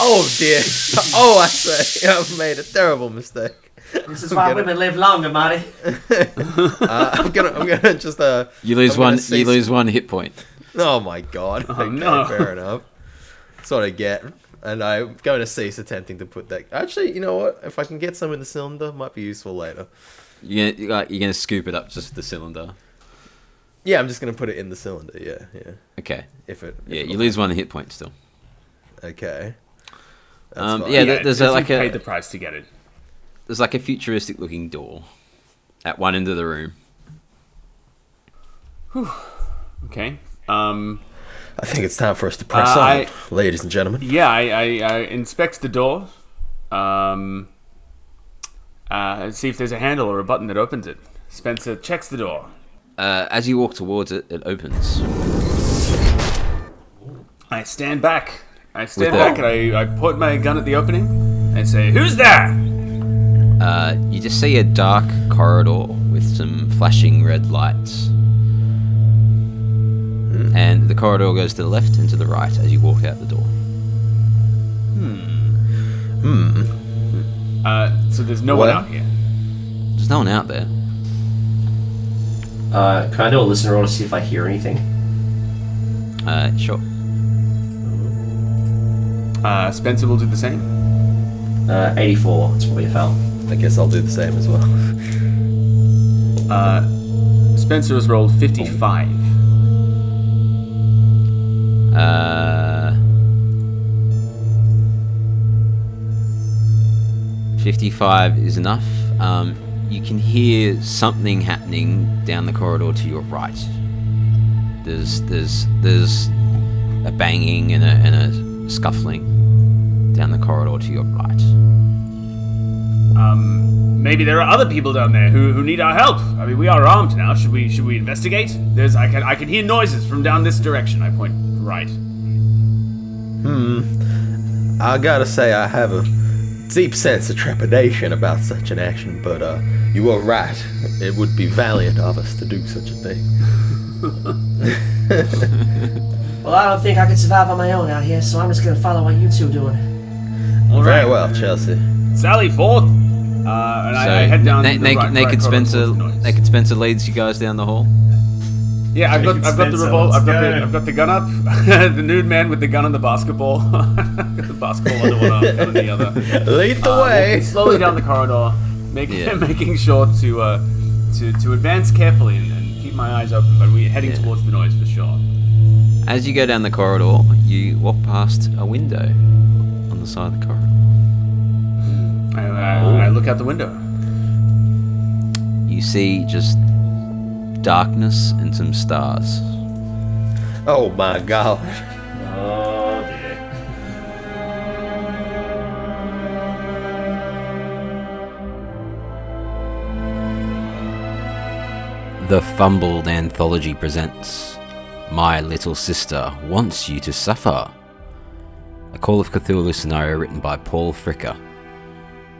Speaker 3: oh dear. oh, I say, I've made a terrible mistake.
Speaker 2: This is why
Speaker 3: Get it.
Speaker 2: women live longer, Marty.
Speaker 3: Uh, I'm gonna, I'm gonna just uh.
Speaker 1: You lose
Speaker 3: I'm gonna
Speaker 1: one. You
Speaker 3: cease-
Speaker 1: lose one hit point.
Speaker 3: Oh my god. okay,
Speaker 4: no.
Speaker 3: fair enough. That's what I get. And I'm going to cease attempting to put that. Actually, you know what? If I can get some in the cylinder, might be useful later.
Speaker 1: You're gonna, you're like- you're gonna scoop it up just the cylinder.
Speaker 3: Yeah, I'm just going to put it in the cylinder. Yeah, yeah.
Speaker 1: Okay.
Speaker 3: If it. if
Speaker 1: Yeah,
Speaker 3: it-
Speaker 1: you lose one hit point still.
Speaker 3: Okay. That's
Speaker 1: Um,
Speaker 3: fine.
Speaker 1: yeah, th- there's a,
Speaker 4: it's-
Speaker 1: like
Speaker 4: you
Speaker 1: a
Speaker 4: paid the price to get it.
Speaker 1: there's like a futuristic looking door at one end of the room.
Speaker 4: Okay. Um.
Speaker 3: I think it's time for us to press
Speaker 4: Uh,
Speaker 3: on,
Speaker 4: I-
Speaker 3: ladies and gentlemen.
Speaker 4: Yeah. I, I, I inspect the door. Um. Uh. and See if there's a handle or a button that opens it. Spencer checks the door.
Speaker 1: Uh, as you walk towards it, it opens.
Speaker 4: I stand back. I stand
Speaker 1: With a-
Speaker 4: back and I, I point my gun at the opening and say, "Who's there?"
Speaker 1: Uh, you just see a dark corridor with some flashing red lights. And the corridor goes to the left and to the right as you walk out the door.
Speaker 4: Uh. So there's no
Speaker 3: What?
Speaker 4: one out here.
Speaker 1: There's no one out there.
Speaker 2: Uh, can I do a listener roll to see if I hear anything?
Speaker 1: Uh, sure.
Speaker 4: Uh. Spencer will do the same.
Speaker 2: Uh, 84. It's probably a foul.
Speaker 3: I guess I'll do the same as well.
Speaker 4: Uh, Spencer has rolled 55.
Speaker 1: Uh, 55 is enough. Um, you can hear something happening down the corridor to your right. There's there's there's a banging and a, and a scuffling down the corridor to your right.
Speaker 4: Um, maybe there are other people down there who, who need our help. I mean, we are armed now. Should we should we investigate? There's I can I can hear noises from down this direction. I point right.
Speaker 3: I gotta say, I have a deep sense of trepidation about such an action, but uh, you are right. It would be valiant of us to do such a thing.
Speaker 2: Well, I don't think I can survive on my own out here, so I'm just gonna follow what you two doing.
Speaker 4: All right.
Speaker 3: Very well, Chelsea.
Speaker 4: Sally forth. Uh, and I, I head down.
Speaker 1: na-
Speaker 4: the
Speaker 1: naked,
Speaker 4: right,
Speaker 1: naked
Speaker 4: right corridor
Speaker 1: Spencer,
Speaker 4: towards the noise.
Speaker 1: naked Spencer leads you guys down the hall.
Speaker 4: Yeah, I've got
Speaker 2: Naked
Speaker 4: I've got the
Speaker 2: Spencer,
Speaker 4: revolt.
Speaker 2: let's
Speaker 4: I've got the,
Speaker 2: go.
Speaker 4: I've got the gun up. the nude man with the gun and the basketball. got the basketball under one arm, gun in the other.
Speaker 3: Lead the
Speaker 4: walking
Speaker 3: way!
Speaker 4: slowly down the corridor, making
Speaker 1: Yeah.
Speaker 4: making sure to uh, to to advance carefully and, and keep my eyes open. But we're heading
Speaker 1: Yeah.
Speaker 4: towards the noise for sure.
Speaker 1: As you go down the corridor, you walk past a window on the side of the corridor.
Speaker 4: I, I, I look out the window.
Speaker 1: You see just darkness and some stars.
Speaker 3: Oh my god.
Speaker 2: Oh dear.
Speaker 1: The Fumbled Anthology presents My Little Sister Wants You to Suffer. A Call of Cthulhu scenario written by Paul Fricker.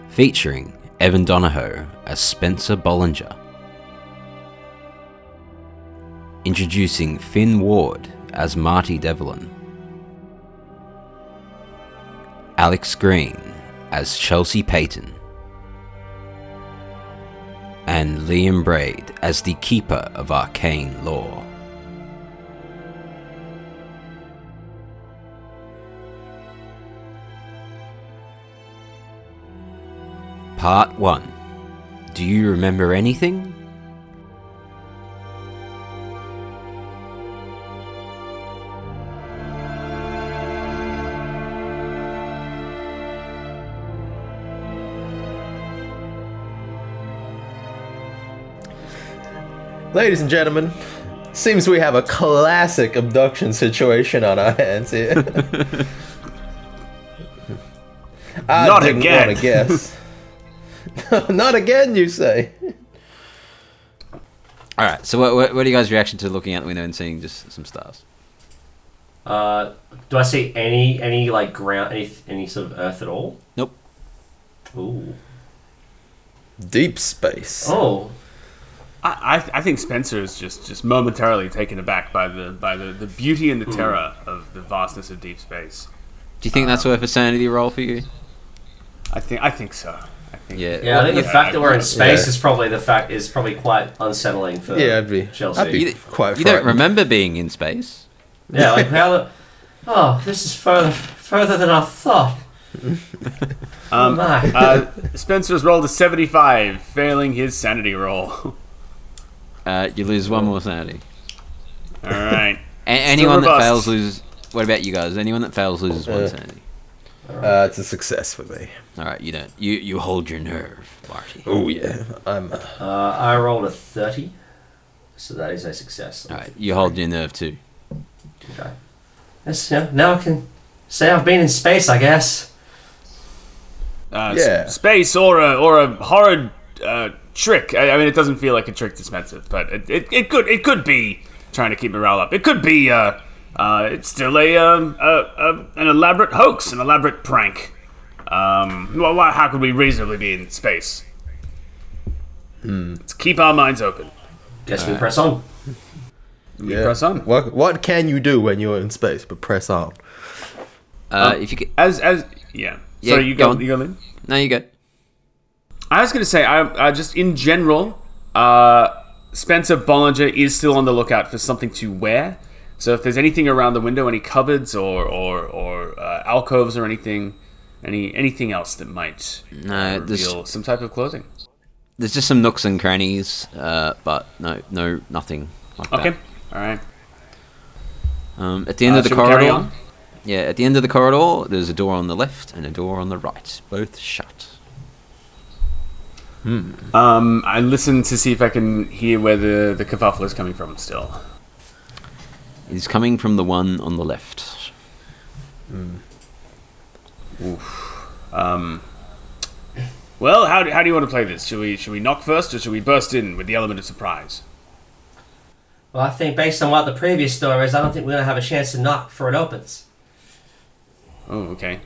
Speaker 1: Featuring Evan Donahoe as Spencer Bollinger. Introducing Finn Ward as Marty Devlin. Alex Green as Chelsea Payton. And Liam Braid as the Keeper of Arcane Lore. Part 1 Do you remember anything?
Speaker 3: Ladies and gentlemen, seems we have a classic abduction situation on our hands here. I
Speaker 4: Not
Speaker 3: didn't
Speaker 4: again.
Speaker 3: want to guess. Not again, you say?
Speaker 1: Alright, so what, what, what are you guys' reaction to looking out the window and seeing just some stars?
Speaker 2: Uh, do I see any any like ground any any sort of earth at all?
Speaker 1: Nope.
Speaker 2: Ooh.
Speaker 3: Deep space.
Speaker 2: Oh.
Speaker 4: I, I, I think Spencer is just, just momentarily taken aback by the by the, the beauty and the terror of the vastness of deep space.
Speaker 1: Do you think that's worth a sanity roll for you?
Speaker 4: I think I think so. I think
Speaker 1: Yeah.
Speaker 2: Yeah, I think the
Speaker 4: Yeah,
Speaker 2: fact that we're in space
Speaker 3: yeah.
Speaker 2: is probably the fact is probably quite unsettling for
Speaker 3: Yeah, I'd be.
Speaker 2: uh, Chelsea.
Speaker 3: I'd be
Speaker 1: You-
Speaker 3: quite.
Speaker 1: You don't
Speaker 3: frightened.
Speaker 1: remember being in space.
Speaker 2: Yeah, like how the Oh, this is further further than I thought. oh
Speaker 4: Um,
Speaker 2: my.
Speaker 4: uh, Spencer's rolled a 75, failing his sanity roll. All
Speaker 1: Uh, you lose one more sanity.
Speaker 4: right.
Speaker 1: A- anyone that
Speaker 4: robust.
Speaker 1: fails loses. What about you guys? Anyone that fails loses one
Speaker 3: Uh.
Speaker 1: sanity.
Speaker 3: Uh, it's a success for me.
Speaker 1: All right, you don't. You you hold your nerve, Marty.
Speaker 3: Oh yeah, I'm. Uh,
Speaker 2: Uh, I rolled a thirty, so that is a success.
Speaker 1: All right, you hold your nerve too.
Speaker 2: Okay. Yes, yeah, now I can say I've been in space, I guess.
Speaker 4: Uh, s-
Speaker 3: Yeah.
Speaker 4: space or a or a horrid uh, trick. I, I mean, it doesn't feel like a trick to Spencer, but it, it, it could it could be trying to keep morale up. It could be uh, uh, it's still a, um, a, a an elaborate hoax, an elaborate prank. Um, well, why, how could we reasonably be in space? Let's keep our minds open.
Speaker 2: Guess we press on.
Speaker 3: yeah.
Speaker 4: press on.
Speaker 3: What What can you do when you're in space? But press on.
Speaker 1: Uh, if you get,
Speaker 4: As as yeah.
Speaker 1: Yeah,
Speaker 4: Sorry, you
Speaker 1: go
Speaker 4: go.
Speaker 1: on.
Speaker 4: You go, Lynn.
Speaker 1: no, you go.
Speaker 4: I was going to say, I, I just in general, uh, Spencer Bollinger is still on the lookout for something to wear. So if there's anything around the window, any cupboards or or, or uh, alcoves or anything, any anything else that might uh,
Speaker 1: No, there's
Speaker 4: reveal some type of clothing.
Speaker 1: there's just some nooks and crannies, uh, but no, no, nothing. Like
Speaker 4: Okay,
Speaker 1: That.
Speaker 4: all right.
Speaker 1: Um, at the end
Speaker 4: Uh,
Speaker 1: of the
Speaker 4: should we carry
Speaker 1: corridor.
Speaker 4: on?
Speaker 1: Yeah, at the end of the corridor, there's a door on the left and a door on the right, both shut.
Speaker 4: Um, I listen to see if I can hear where the the kerfuffle is coming from. Still,
Speaker 1: It's coming from the one on the left.
Speaker 4: well, how do, how do you want to play this? Should we should we knock first, or should we burst in with the element of surprise?
Speaker 2: Well, I think based on what the previous door is, I don't think we're gonna have a chance to knock before it opens.
Speaker 4: Oh, okay.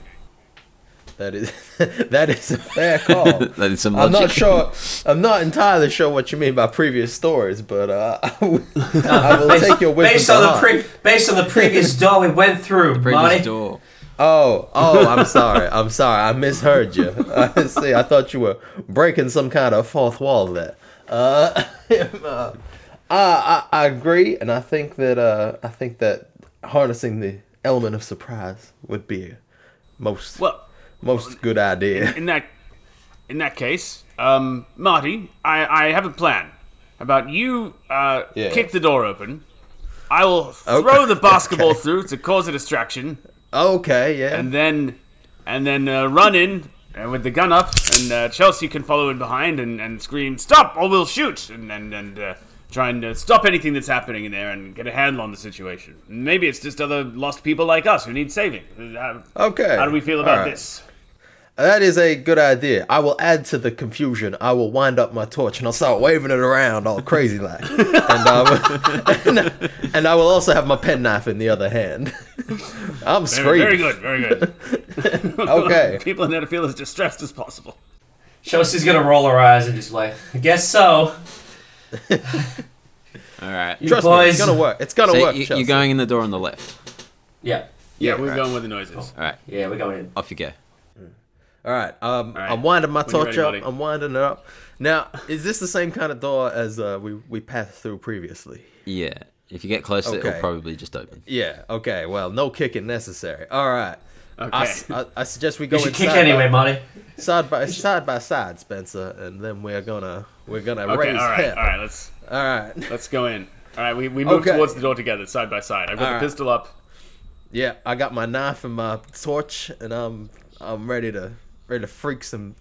Speaker 3: That is. that is a fair call.
Speaker 1: That is some
Speaker 3: I'm not
Speaker 1: logic.
Speaker 3: sure. I'm not entirely sure what you mean by previous stories, but uh, I will- I will take your wisdom.
Speaker 2: based on
Speaker 3: to
Speaker 2: the
Speaker 3: heart.
Speaker 2: pre- based on the previous door we went through,
Speaker 1: Previous
Speaker 2: Marty.
Speaker 1: door.
Speaker 3: oh, oh, I'm sorry. I'm sorry. I misheard you. I see. I thought you were breaking some kind of fourth wall there. Uh, uh, I, I I agree, and I think that uh, I think that harnessing the element of surprise would be most
Speaker 4: Well,
Speaker 3: most good idea.
Speaker 4: In that, in that case, um, Marty, I, I have a plan. How about you uh,
Speaker 3: Yeah.
Speaker 4: kick the door open? I will
Speaker 3: Oh,
Speaker 4: throw the basketball
Speaker 3: okay.
Speaker 4: through to cause a distraction,
Speaker 3: Okay, yeah.
Speaker 4: and then, and then uh, run in uh, with the gun up, and uh, Chelsea can follow in behind and, and scream "Stop!" or we'll shoot, and and, and uh, try and uh, stop anything that's happening in there and get a handle on the situation. Maybe it's just other lost people like us who need saving. Uh, How,
Speaker 3: okay.
Speaker 4: how do we feel about
Speaker 3: alright.
Speaker 4: this?
Speaker 3: That is a good idea. I will add to the confusion. I will wind up my torch and I'll start waving it around all crazy like. and, um, and, and I will also have my penknife in the other hand. I'm
Speaker 4: Very,
Speaker 3: screaming.
Speaker 4: very good, very good.
Speaker 3: Okay.
Speaker 4: People in there to feel as distressed as possible.
Speaker 2: Chelsea's gonna roll her eyes and just be like, I guess so.
Speaker 1: All right.
Speaker 2: You
Speaker 3: Trust me,
Speaker 2: boys.
Speaker 3: it's gonna work. It's gonna
Speaker 1: So
Speaker 3: work.
Speaker 1: you,
Speaker 3: Chelsea.
Speaker 1: you're going in the door on the left.
Speaker 2: Yeah,
Speaker 4: Yeah,
Speaker 3: Yeah,
Speaker 4: we're
Speaker 3: right.
Speaker 4: going with the noises.
Speaker 1: All right.
Speaker 2: yeah, we're going in.
Speaker 1: Off you go.
Speaker 3: All right. Um,
Speaker 4: right.
Speaker 3: I'm winding my
Speaker 4: When you're
Speaker 3: torch
Speaker 4: ready,
Speaker 3: up.
Speaker 4: buddy.
Speaker 3: I'm winding it up. Now, is this the same kind of door as uh, we we passed through previously?
Speaker 1: Yeah. If you get closer,
Speaker 3: Okay.
Speaker 1: it'll probably just open.
Speaker 3: Yeah. Okay. Well, no kicking necessary. All right. I,
Speaker 4: Okay.
Speaker 3: s- I- I suggest we go
Speaker 2: You should
Speaker 3: inside
Speaker 2: kick anyway,
Speaker 3: by,
Speaker 2: Monty.
Speaker 3: side by side by side, Spencer, and then we're gonna we're gonna
Speaker 4: Okay,
Speaker 3: raise
Speaker 4: all right,
Speaker 3: hell.
Speaker 4: all right, let's
Speaker 3: All right.
Speaker 4: let's go in. All right, we, we move
Speaker 3: Okay.
Speaker 4: towards the door together, side by side. I've got
Speaker 3: All
Speaker 4: the
Speaker 3: right.
Speaker 4: pistol up.
Speaker 3: Yeah, I got my knife and my torch, and I'm I'm ready to ready to freak some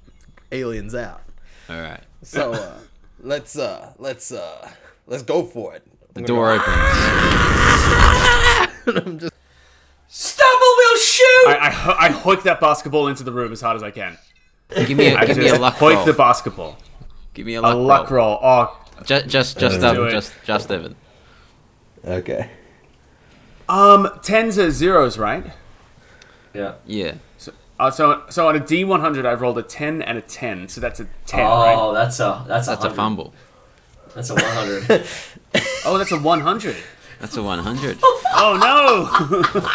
Speaker 3: aliens out.
Speaker 1: All right.
Speaker 3: So uh, let's uh let's uh let's go for it.
Speaker 1: The door opens.
Speaker 2: Stumble will shoot!
Speaker 4: I, I, ho- I hoik that basketball into the room as hard as I can.
Speaker 1: Give me
Speaker 4: I
Speaker 1: a, give me a
Speaker 4: just
Speaker 1: luck
Speaker 4: hoik
Speaker 1: roll.
Speaker 4: the basketball.
Speaker 1: Give me a
Speaker 4: A
Speaker 1: luck,
Speaker 4: luck
Speaker 1: roll.
Speaker 4: roll. Oh,
Speaker 1: Just, just, just,
Speaker 4: do
Speaker 1: um,
Speaker 4: it.
Speaker 1: just, just Evan.
Speaker 3: Okay.
Speaker 4: um, tens are zeros, right?
Speaker 2: Yeah.
Speaker 1: Yeah.
Speaker 4: So, uh, so, so on a D100, I've rolled a 10 and a 10, so that's a 10, right?
Speaker 2: Oh, that's a that's a
Speaker 1: That's a
Speaker 2: 100.
Speaker 1: fumble.
Speaker 2: That's a 100.
Speaker 4: Oh, that's a 100.
Speaker 1: That's a 100.
Speaker 4: Oh, no!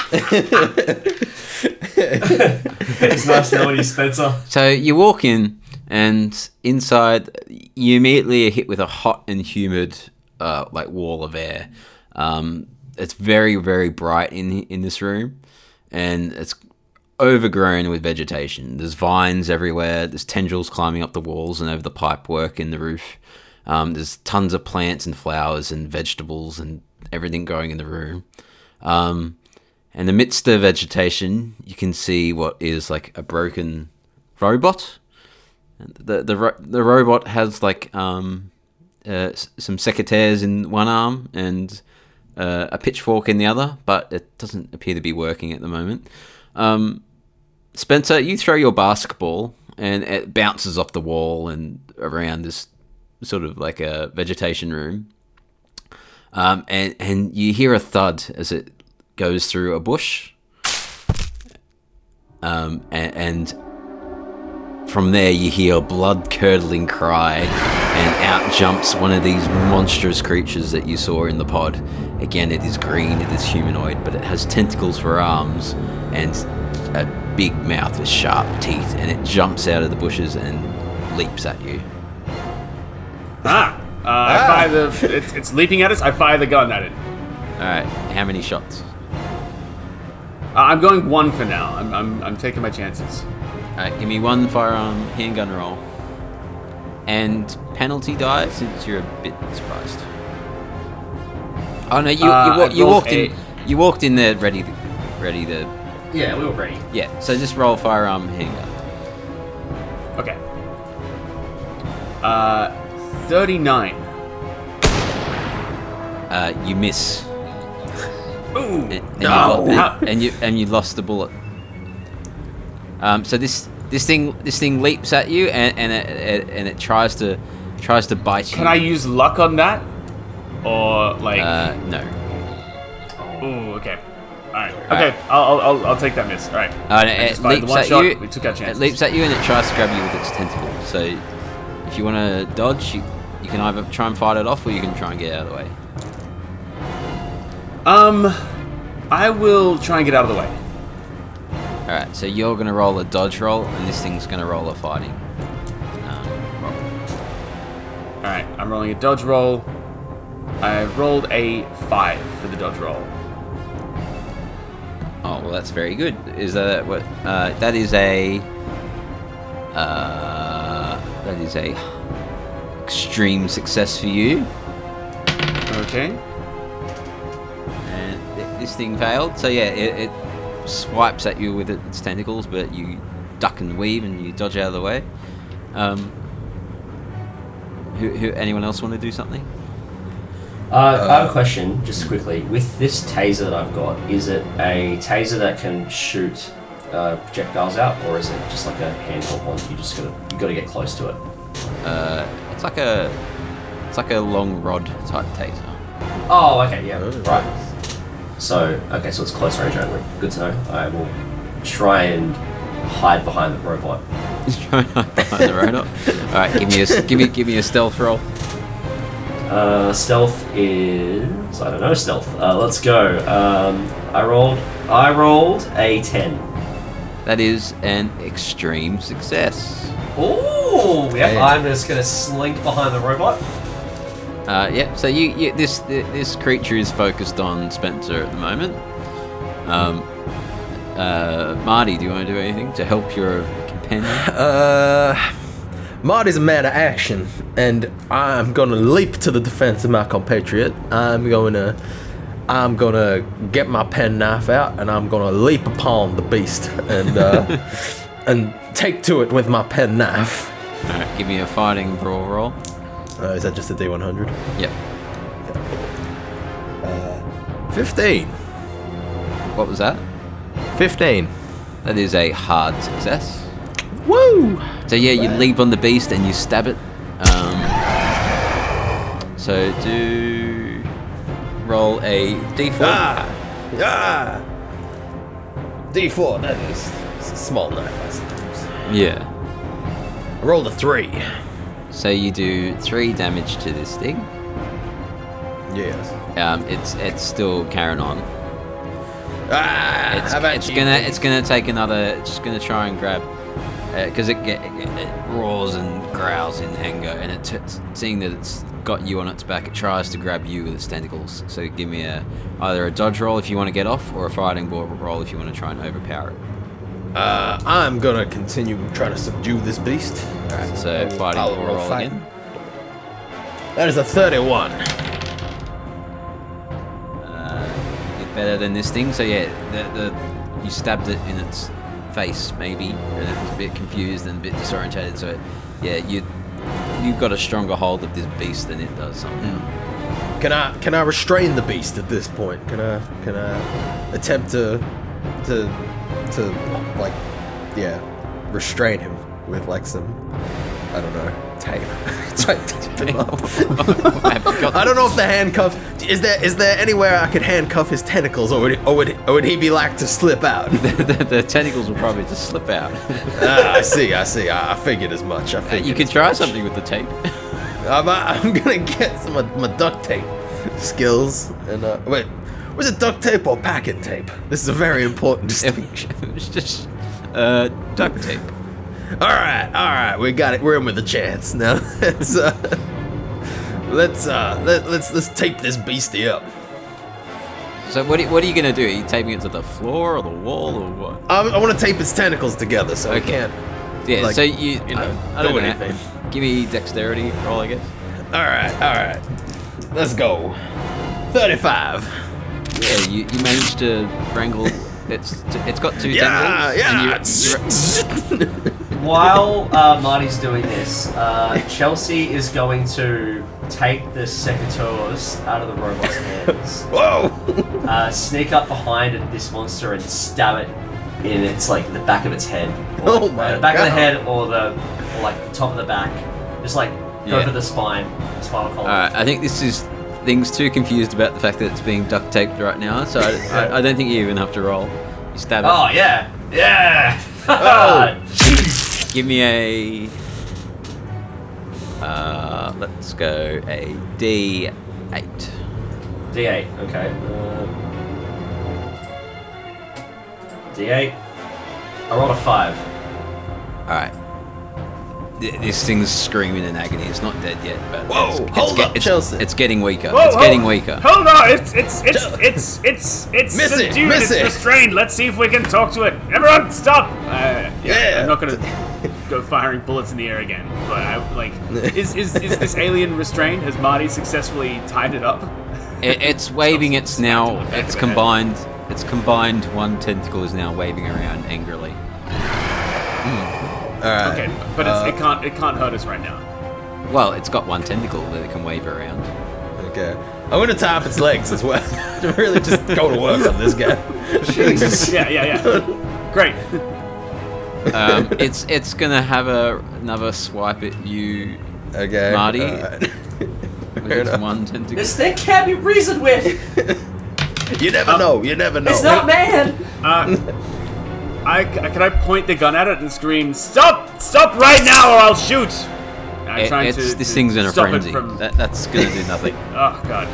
Speaker 2: it's nice knowing you, Spencer.
Speaker 1: So you walk in, and inside, you immediately are hit with a hot and humid, uh, like wall of air. Um, it's very, very bright in in this room, and it's overgrown with vegetation. There's vines everywhere. There's tendrils climbing up the walls and over the pipework in the roof. Um, there's tons of plants and flowers and vegetables and everything growing in the room. Um, in the midst of vegetation, you can see what is like a broken robot. And The the ro- the robot has like um, uh, s- some secateurs in one arm and uh, a pitchfork in the other, but it doesn't appear to be working at the moment. Um, Spencer, you throw your basketball and it bounces off the wall and around this sort of like a vegetation room. Um, and and you hear a thud as it goes through a bush. Um, and, and from there, you hear a blood curdling cry, and out jumps one of these monstrous creatures that you saw in the pod. Again, it is green, it is humanoid, but it has tentacles for arms and a big mouth with sharp teeth, and it jumps out of the bushes and leaps at you.
Speaker 4: ah! Uh, I fire the. It's, it's leaping at us. I fire the gun at it.
Speaker 1: Alright, how many shots?
Speaker 4: Uh, I'm going one for now. I'm, I'm, I'm taking my chances.
Speaker 1: Alright, give me one firearm handgun roll. And penalty die since you're a bit surprised. Oh no, you,
Speaker 4: Uh,
Speaker 1: you, wa-
Speaker 4: I
Speaker 1: you
Speaker 4: rolled
Speaker 1: walked
Speaker 4: eight.
Speaker 1: in. You walked in there ready, to, ready to.
Speaker 2: Yeah, we were ready.
Speaker 1: Yeah. So just roll firearm handgun.
Speaker 4: Okay. Uh, 39.
Speaker 1: Uh, you miss.
Speaker 4: Ooh!
Speaker 1: And, and,
Speaker 4: No!
Speaker 1: you, lo-
Speaker 4: How-
Speaker 1: and you and you lost the bullet. Um, so this this thing this thing leaps at you and and it, it, and it tries to tries to bite you.
Speaker 4: Can I use luck on that? Or, like.
Speaker 1: Uh, no.
Speaker 4: Ooh, okay. Alright. Okay,
Speaker 1: Alright.
Speaker 4: I'll, I'll- I'll, I'll take that miss. Alright.
Speaker 1: Uh,
Speaker 4: I
Speaker 1: no, it
Speaker 4: just fired the
Speaker 1: leaps
Speaker 4: one
Speaker 1: at
Speaker 4: shot.
Speaker 1: you.
Speaker 4: We took our chances.
Speaker 1: It leaps at you and it tries to grab you with its tentacle. So if you want to dodge, you, you can either try and fight it off or you can try and get out of the way.
Speaker 4: Um, I will try and get out of the way.
Speaker 1: All right, so you're gonna roll a dodge roll, and this thing's gonna roll a fighting. Um, roll.
Speaker 4: Alright, I'm rolling a dodge roll. I rolled a 5 for the dodge roll.
Speaker 1: Oh well, that's very good. Is that what? Uh, that is a. Uh, that is a extreme success for you,
Speaker 4: Okay.
Speaker 1: and th- this thing failed. So yeah, it, it swipes at you with its tentacles, but you duck and weave and you dodge out of the way. Um, who, who? Anyone else want to do something?
Speaker 2: Uh, I have a question, just quickly. With this taser that I've got, is it a taser that can shoot uh, projectiles out, or is it just like a handheld one? You just gotta you gotta get close to it.
Speaker 1: It's like a, it's like a long rod type taser.
Speaker 2: Oh, okay, yeah, right. So okay, so it's close range only. Good to know. I will try and hide behind the robot.
Speaker 1: Trying to hide the radar. All right, give me a give me give me a stealth roll.
Speaker 2: Uh, stealth is I don't know stealth. Uh, let's go. Um, I rolled I rolled a ten.
Speaker 1: That is an extreme success.
Speaker 2: Ooh, yep.
Speaker 3: Hey.
Speaker 2: I'm just gonna slink behind the robot.
Speaker 1: Uh, yeah, so you, you this this creature is focused on Spencer at the moment. Um, uh, Marty, do you want to do anything to help your companion?
Speaker 3: Uh, Marty's a man of action, and I'm gonna leap to the defense of my compatriot. I'm gonna, I'm gonna get my pen knife out, and I'm gonna leap upon the beast and uh, and take to it with my pen knife.
Speaker 1: All right, give me a fighting brawl roll.
Speaker 3: Uh, is that just a D100?
Speaker 1: Yep.
Speaker 3: Fifteen.
Speaker 1: What was that?
Speaker 3: Fifteen.
Speaker 1: That is a hard success.
Speaker 3: Woo!
Speaker 1: So yeah, you leap on the beast and you stab it. Um, so do roll a d4.
Speaker 3: Ah! Ah! D4. That is it's a small knife, I suppose.
Speaker 1: Yeah.
Speaker 3: I rolled a three.
Speaker 1: So you do three damage to this thing.
Speaker 3: Yes.
Speaker 1: Um, it's it's still carrying on.
Speaker 3: Ah!
Speaker 1: It's,
Speaker 3: how about
Speaker 1: it's
Speaker 3: you?
Speaker 1: gonna it's gonna take another. It's just gonna try and grab because it, ge- it it roars and growls in anger, and it t- seeing that it's got you on its back, it tries to grab you with its tentacles. So give me a either a dodge roll if you want to get off, or a fighting ball roll if you want to try and overpower it.
Speaker 3: Uh, I'm gonna continue trying to subdue this beast.
Speaker 1: Alright, so fighting
Speaker 3: I'll
Speaker 1: ball
Speaker 3: roll
Speaker 1: roll
Speaker 3: fight.
Speaker 1: again.
Speaker 3: That is a 31.
Speaker 1: You're better than this thing. So yeah, the, the you stabbed it in its face maybe, and it was a bit confused and a bit disorientated. So yeah, you you've got a stronger hold of this beast than it does somehow.
Speaker 3: Hmm. Can I can I restrain the beast at this point? Can I can I attempt to to to like yeah restrain him with like some I don't know tape. Try to tape him up. I don't know if the handcuff is there. Is there anywhere I could handcuff his tentacles, or would or would, or would he be like to slip out?
Speaker 1: the, the, the tentacles will probably just slip out.
Speaker 3: ah, I see, I see. I, I figured as much. I figured.
Speaker 1: you could
Speaker 3: as
Speaker 1: try
Speaker 3: much.
Speaker 1: something with the tape.
Speaker 3: I'm, uh, I'm gonna get some of my duct tape skills and uh, wait, was it duct tape or packet tape? This is a very important distinction.
Speaker 1: it was just uh, duct tape.
Speaker 3: all right, all right, we got it. We're in with a chance now. let's uh, let's uh, let, let's let's tape this beastie up.
Speaker 1: So what are, what are you gonna do? Are you taping it to the floor or the wall or what?
Speaker 3: I, Um, I want to tape its tentacles together so I
Speaker 1: Okay.
Speaker 3: can't.
Speaker 1: Yeah.
Speaker 3: Like,
Speaker 1: so you,
Speaker 3: you know,
Speaker 1: I, I
Speaker 3: do
Speaker 1: don't know.
Speaker 3: anything.
Speaker 1: Give me dexterity roll, I guess.
Speaker 3: All right, all right, let's go. Thirty-five.
Speaker 1: Yeah, you, you managed to wrangle. It's it's got two
Speaker 3: Yeah,
Speaker 1: tendrils. and you-
Speaker 3: yeah.
Speaker 2: While uh, Marty's doing this, uh, Chelsea is going to take the secateurs out of the robot's hands,
Speaker 3: Whoa.
Speaker 2: uh, sneak up behind it, this monster and stab it in its like the back of its head, or
Speaker 3: Oh
Speaker 2: like,
Speaker 3: my
Speaker 2: the back of the
Speaker 3: God.
Speaker 2: head, or the or, like the top of the back, just like go
Speaker 1: Yeah.
Speaker 2: for the spine, spinal column.
Speaker 1: Alright, I think this is things too confused about the fact that it's being duct taped right now, so I, I, I don't think you even have to roll. You stab it.
Speaker 2: Oh yeah, yeah.
Speaker 3: Oh.
Speaker 1: Give me a. Uh, let's go a D8.
Speaker 2: D8, okay. Uh, D8. I rolled a 5.
Speaker 1: Alright. Th- This thing's screaming in agony. It's not dead yet, but
Speaker 3: Whoa,
Speaker 1: it's, it's
Speaker 3: hold up,
Speaker 1: it's,
Speaker 3: Chelsea.
Speaker 1: it's getting weaker.
Speaker 4: Whoa,
Speaker 1: it's
Speaker 4: whoa,
Speaker 1: getting weaker.
Speaker 4: Oh, Hold on, it's it's it's it's it's it's
Speaker 3: Miss it,
Speaker 4: subdued,
Speaker 3: miss
Speaker 4: it's
Speaker 3: it.
Speaker 4: restrained. Let's see if we can talk to it. Everyone, stop! Uh,
Speaker 3: Yeah.
Speaker 4: I'm not gonna go firing bullets in the air again. But I like, is is is this alien restrained? Has Marty successfully tied it up?
Speaker 1: It, it's waving its now.
Speaker 4: Smacked in the back
Speaker 1: It's
Speaker 4: of the head.
Speaker 1: combined. It's combined. One tentacle is now waving around angrily.
Speaker 3: All right.
Speaker 4: Okay, but it's,
Speaker 3: Uh.
Speaker 4: it can't it can't hurt us right now.
Speaker 1: Well, it's got one tentacle that it can wave around.
Speaker 3: Okay. I'm gonna tie up its legs as well. to really just go to work on this guy.
Speaker 2: Jesus.
Speaker 4: Yeah, yeah, yeah. great.
Speaker 1: Um, it's it's gonna have a, another swipe at you.
Speaker 3: Okay.
Speaker 1: Marty?
Speaker 3: alright.
Speaker 1: with
Speaker 3: Fair
Speaker 1: its
Speaker 3: enough.
Speaker 1: one tentacle.
Speaker 2: This thing can't be reasoned with.
Speaker 3: You never know. You never know.
Speaker 2: It's not man.
Speaker 4: Uh, I, can I point the gun at it and scream, "Stop! Stop right now, or I'll shoot!" I'm
Speaker 1: It-
Speaker 4: trying
Speaker 1: it's-
Speaker 4: to-
Speaker 1: this
Speaker 4: to
Speaker 1: thing's in a
Speaker 4: stop it
Speaker 1: frenzy.
Speaker 4: from-
Speaker 1: That, that's gonna do nothing.
Speaker 4: oh god.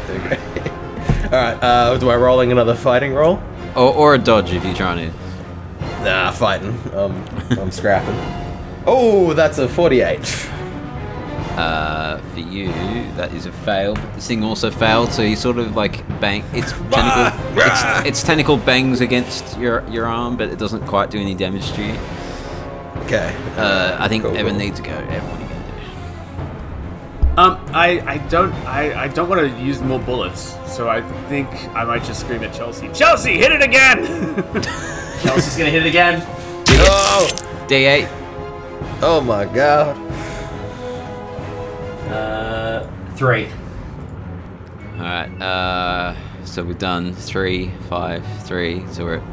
Speaker 3: All right. Uh, do I rolling another fighting roll?
Speaker 1: Or, or a dodge if you're trying to.
Speaker 3: Nah, fighting. Um, I'm scrapping. Oh, that's a 48.
Speaker 1: Uh, for you, that is a fail. But this thing also failed, so you sort of like bang. Its tentacle, its, its tentacle bangs against your your arm, but it doesn't quite do any damage to you.
Speaker 3: Okay.
Speaker 1: Uh, I think
Speaker 3: Cool,
Speaker 1: Evan
Speaker 3: cool.
Speaker 1: needs to go. Evan, what are you gonna
Speaker 4: Um, I, I don't I, I don't want to use more bullets, so I think I might just scream at Chelsea. Chelsea, hit it again!
Speaker 2: Kelsey's gonna hit it again.
Speaker 3: Oh,
Speaker 1: do? D8.
Speaker 3: oh my god.
Speaker 2: Uh, three.
Speaker 1: All right. Uh, so we've done three, five, three. So we're. At,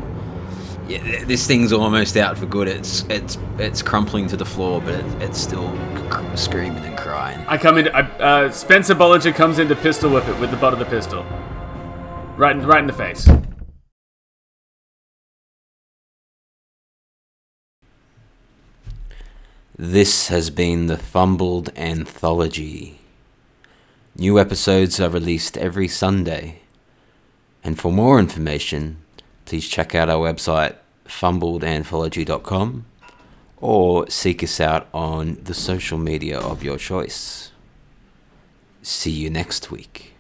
Speaker 1: yeah, th- this thing's almost out for good. It's it's it's crumpling to the floor, but it, it's still cr- screaming and crying.
Speaker 4: I come in. I, uh, Spencer Bollinger comes in to pistol whip it with the butt of the pistol, right in right in the face.
Speaker 1: This has been the Fumbled Anthology. New episodes are released every Sunday. And for more information, please check out our website, fumbledanthology.com, or seek us out on the social media of your choice. See you next week.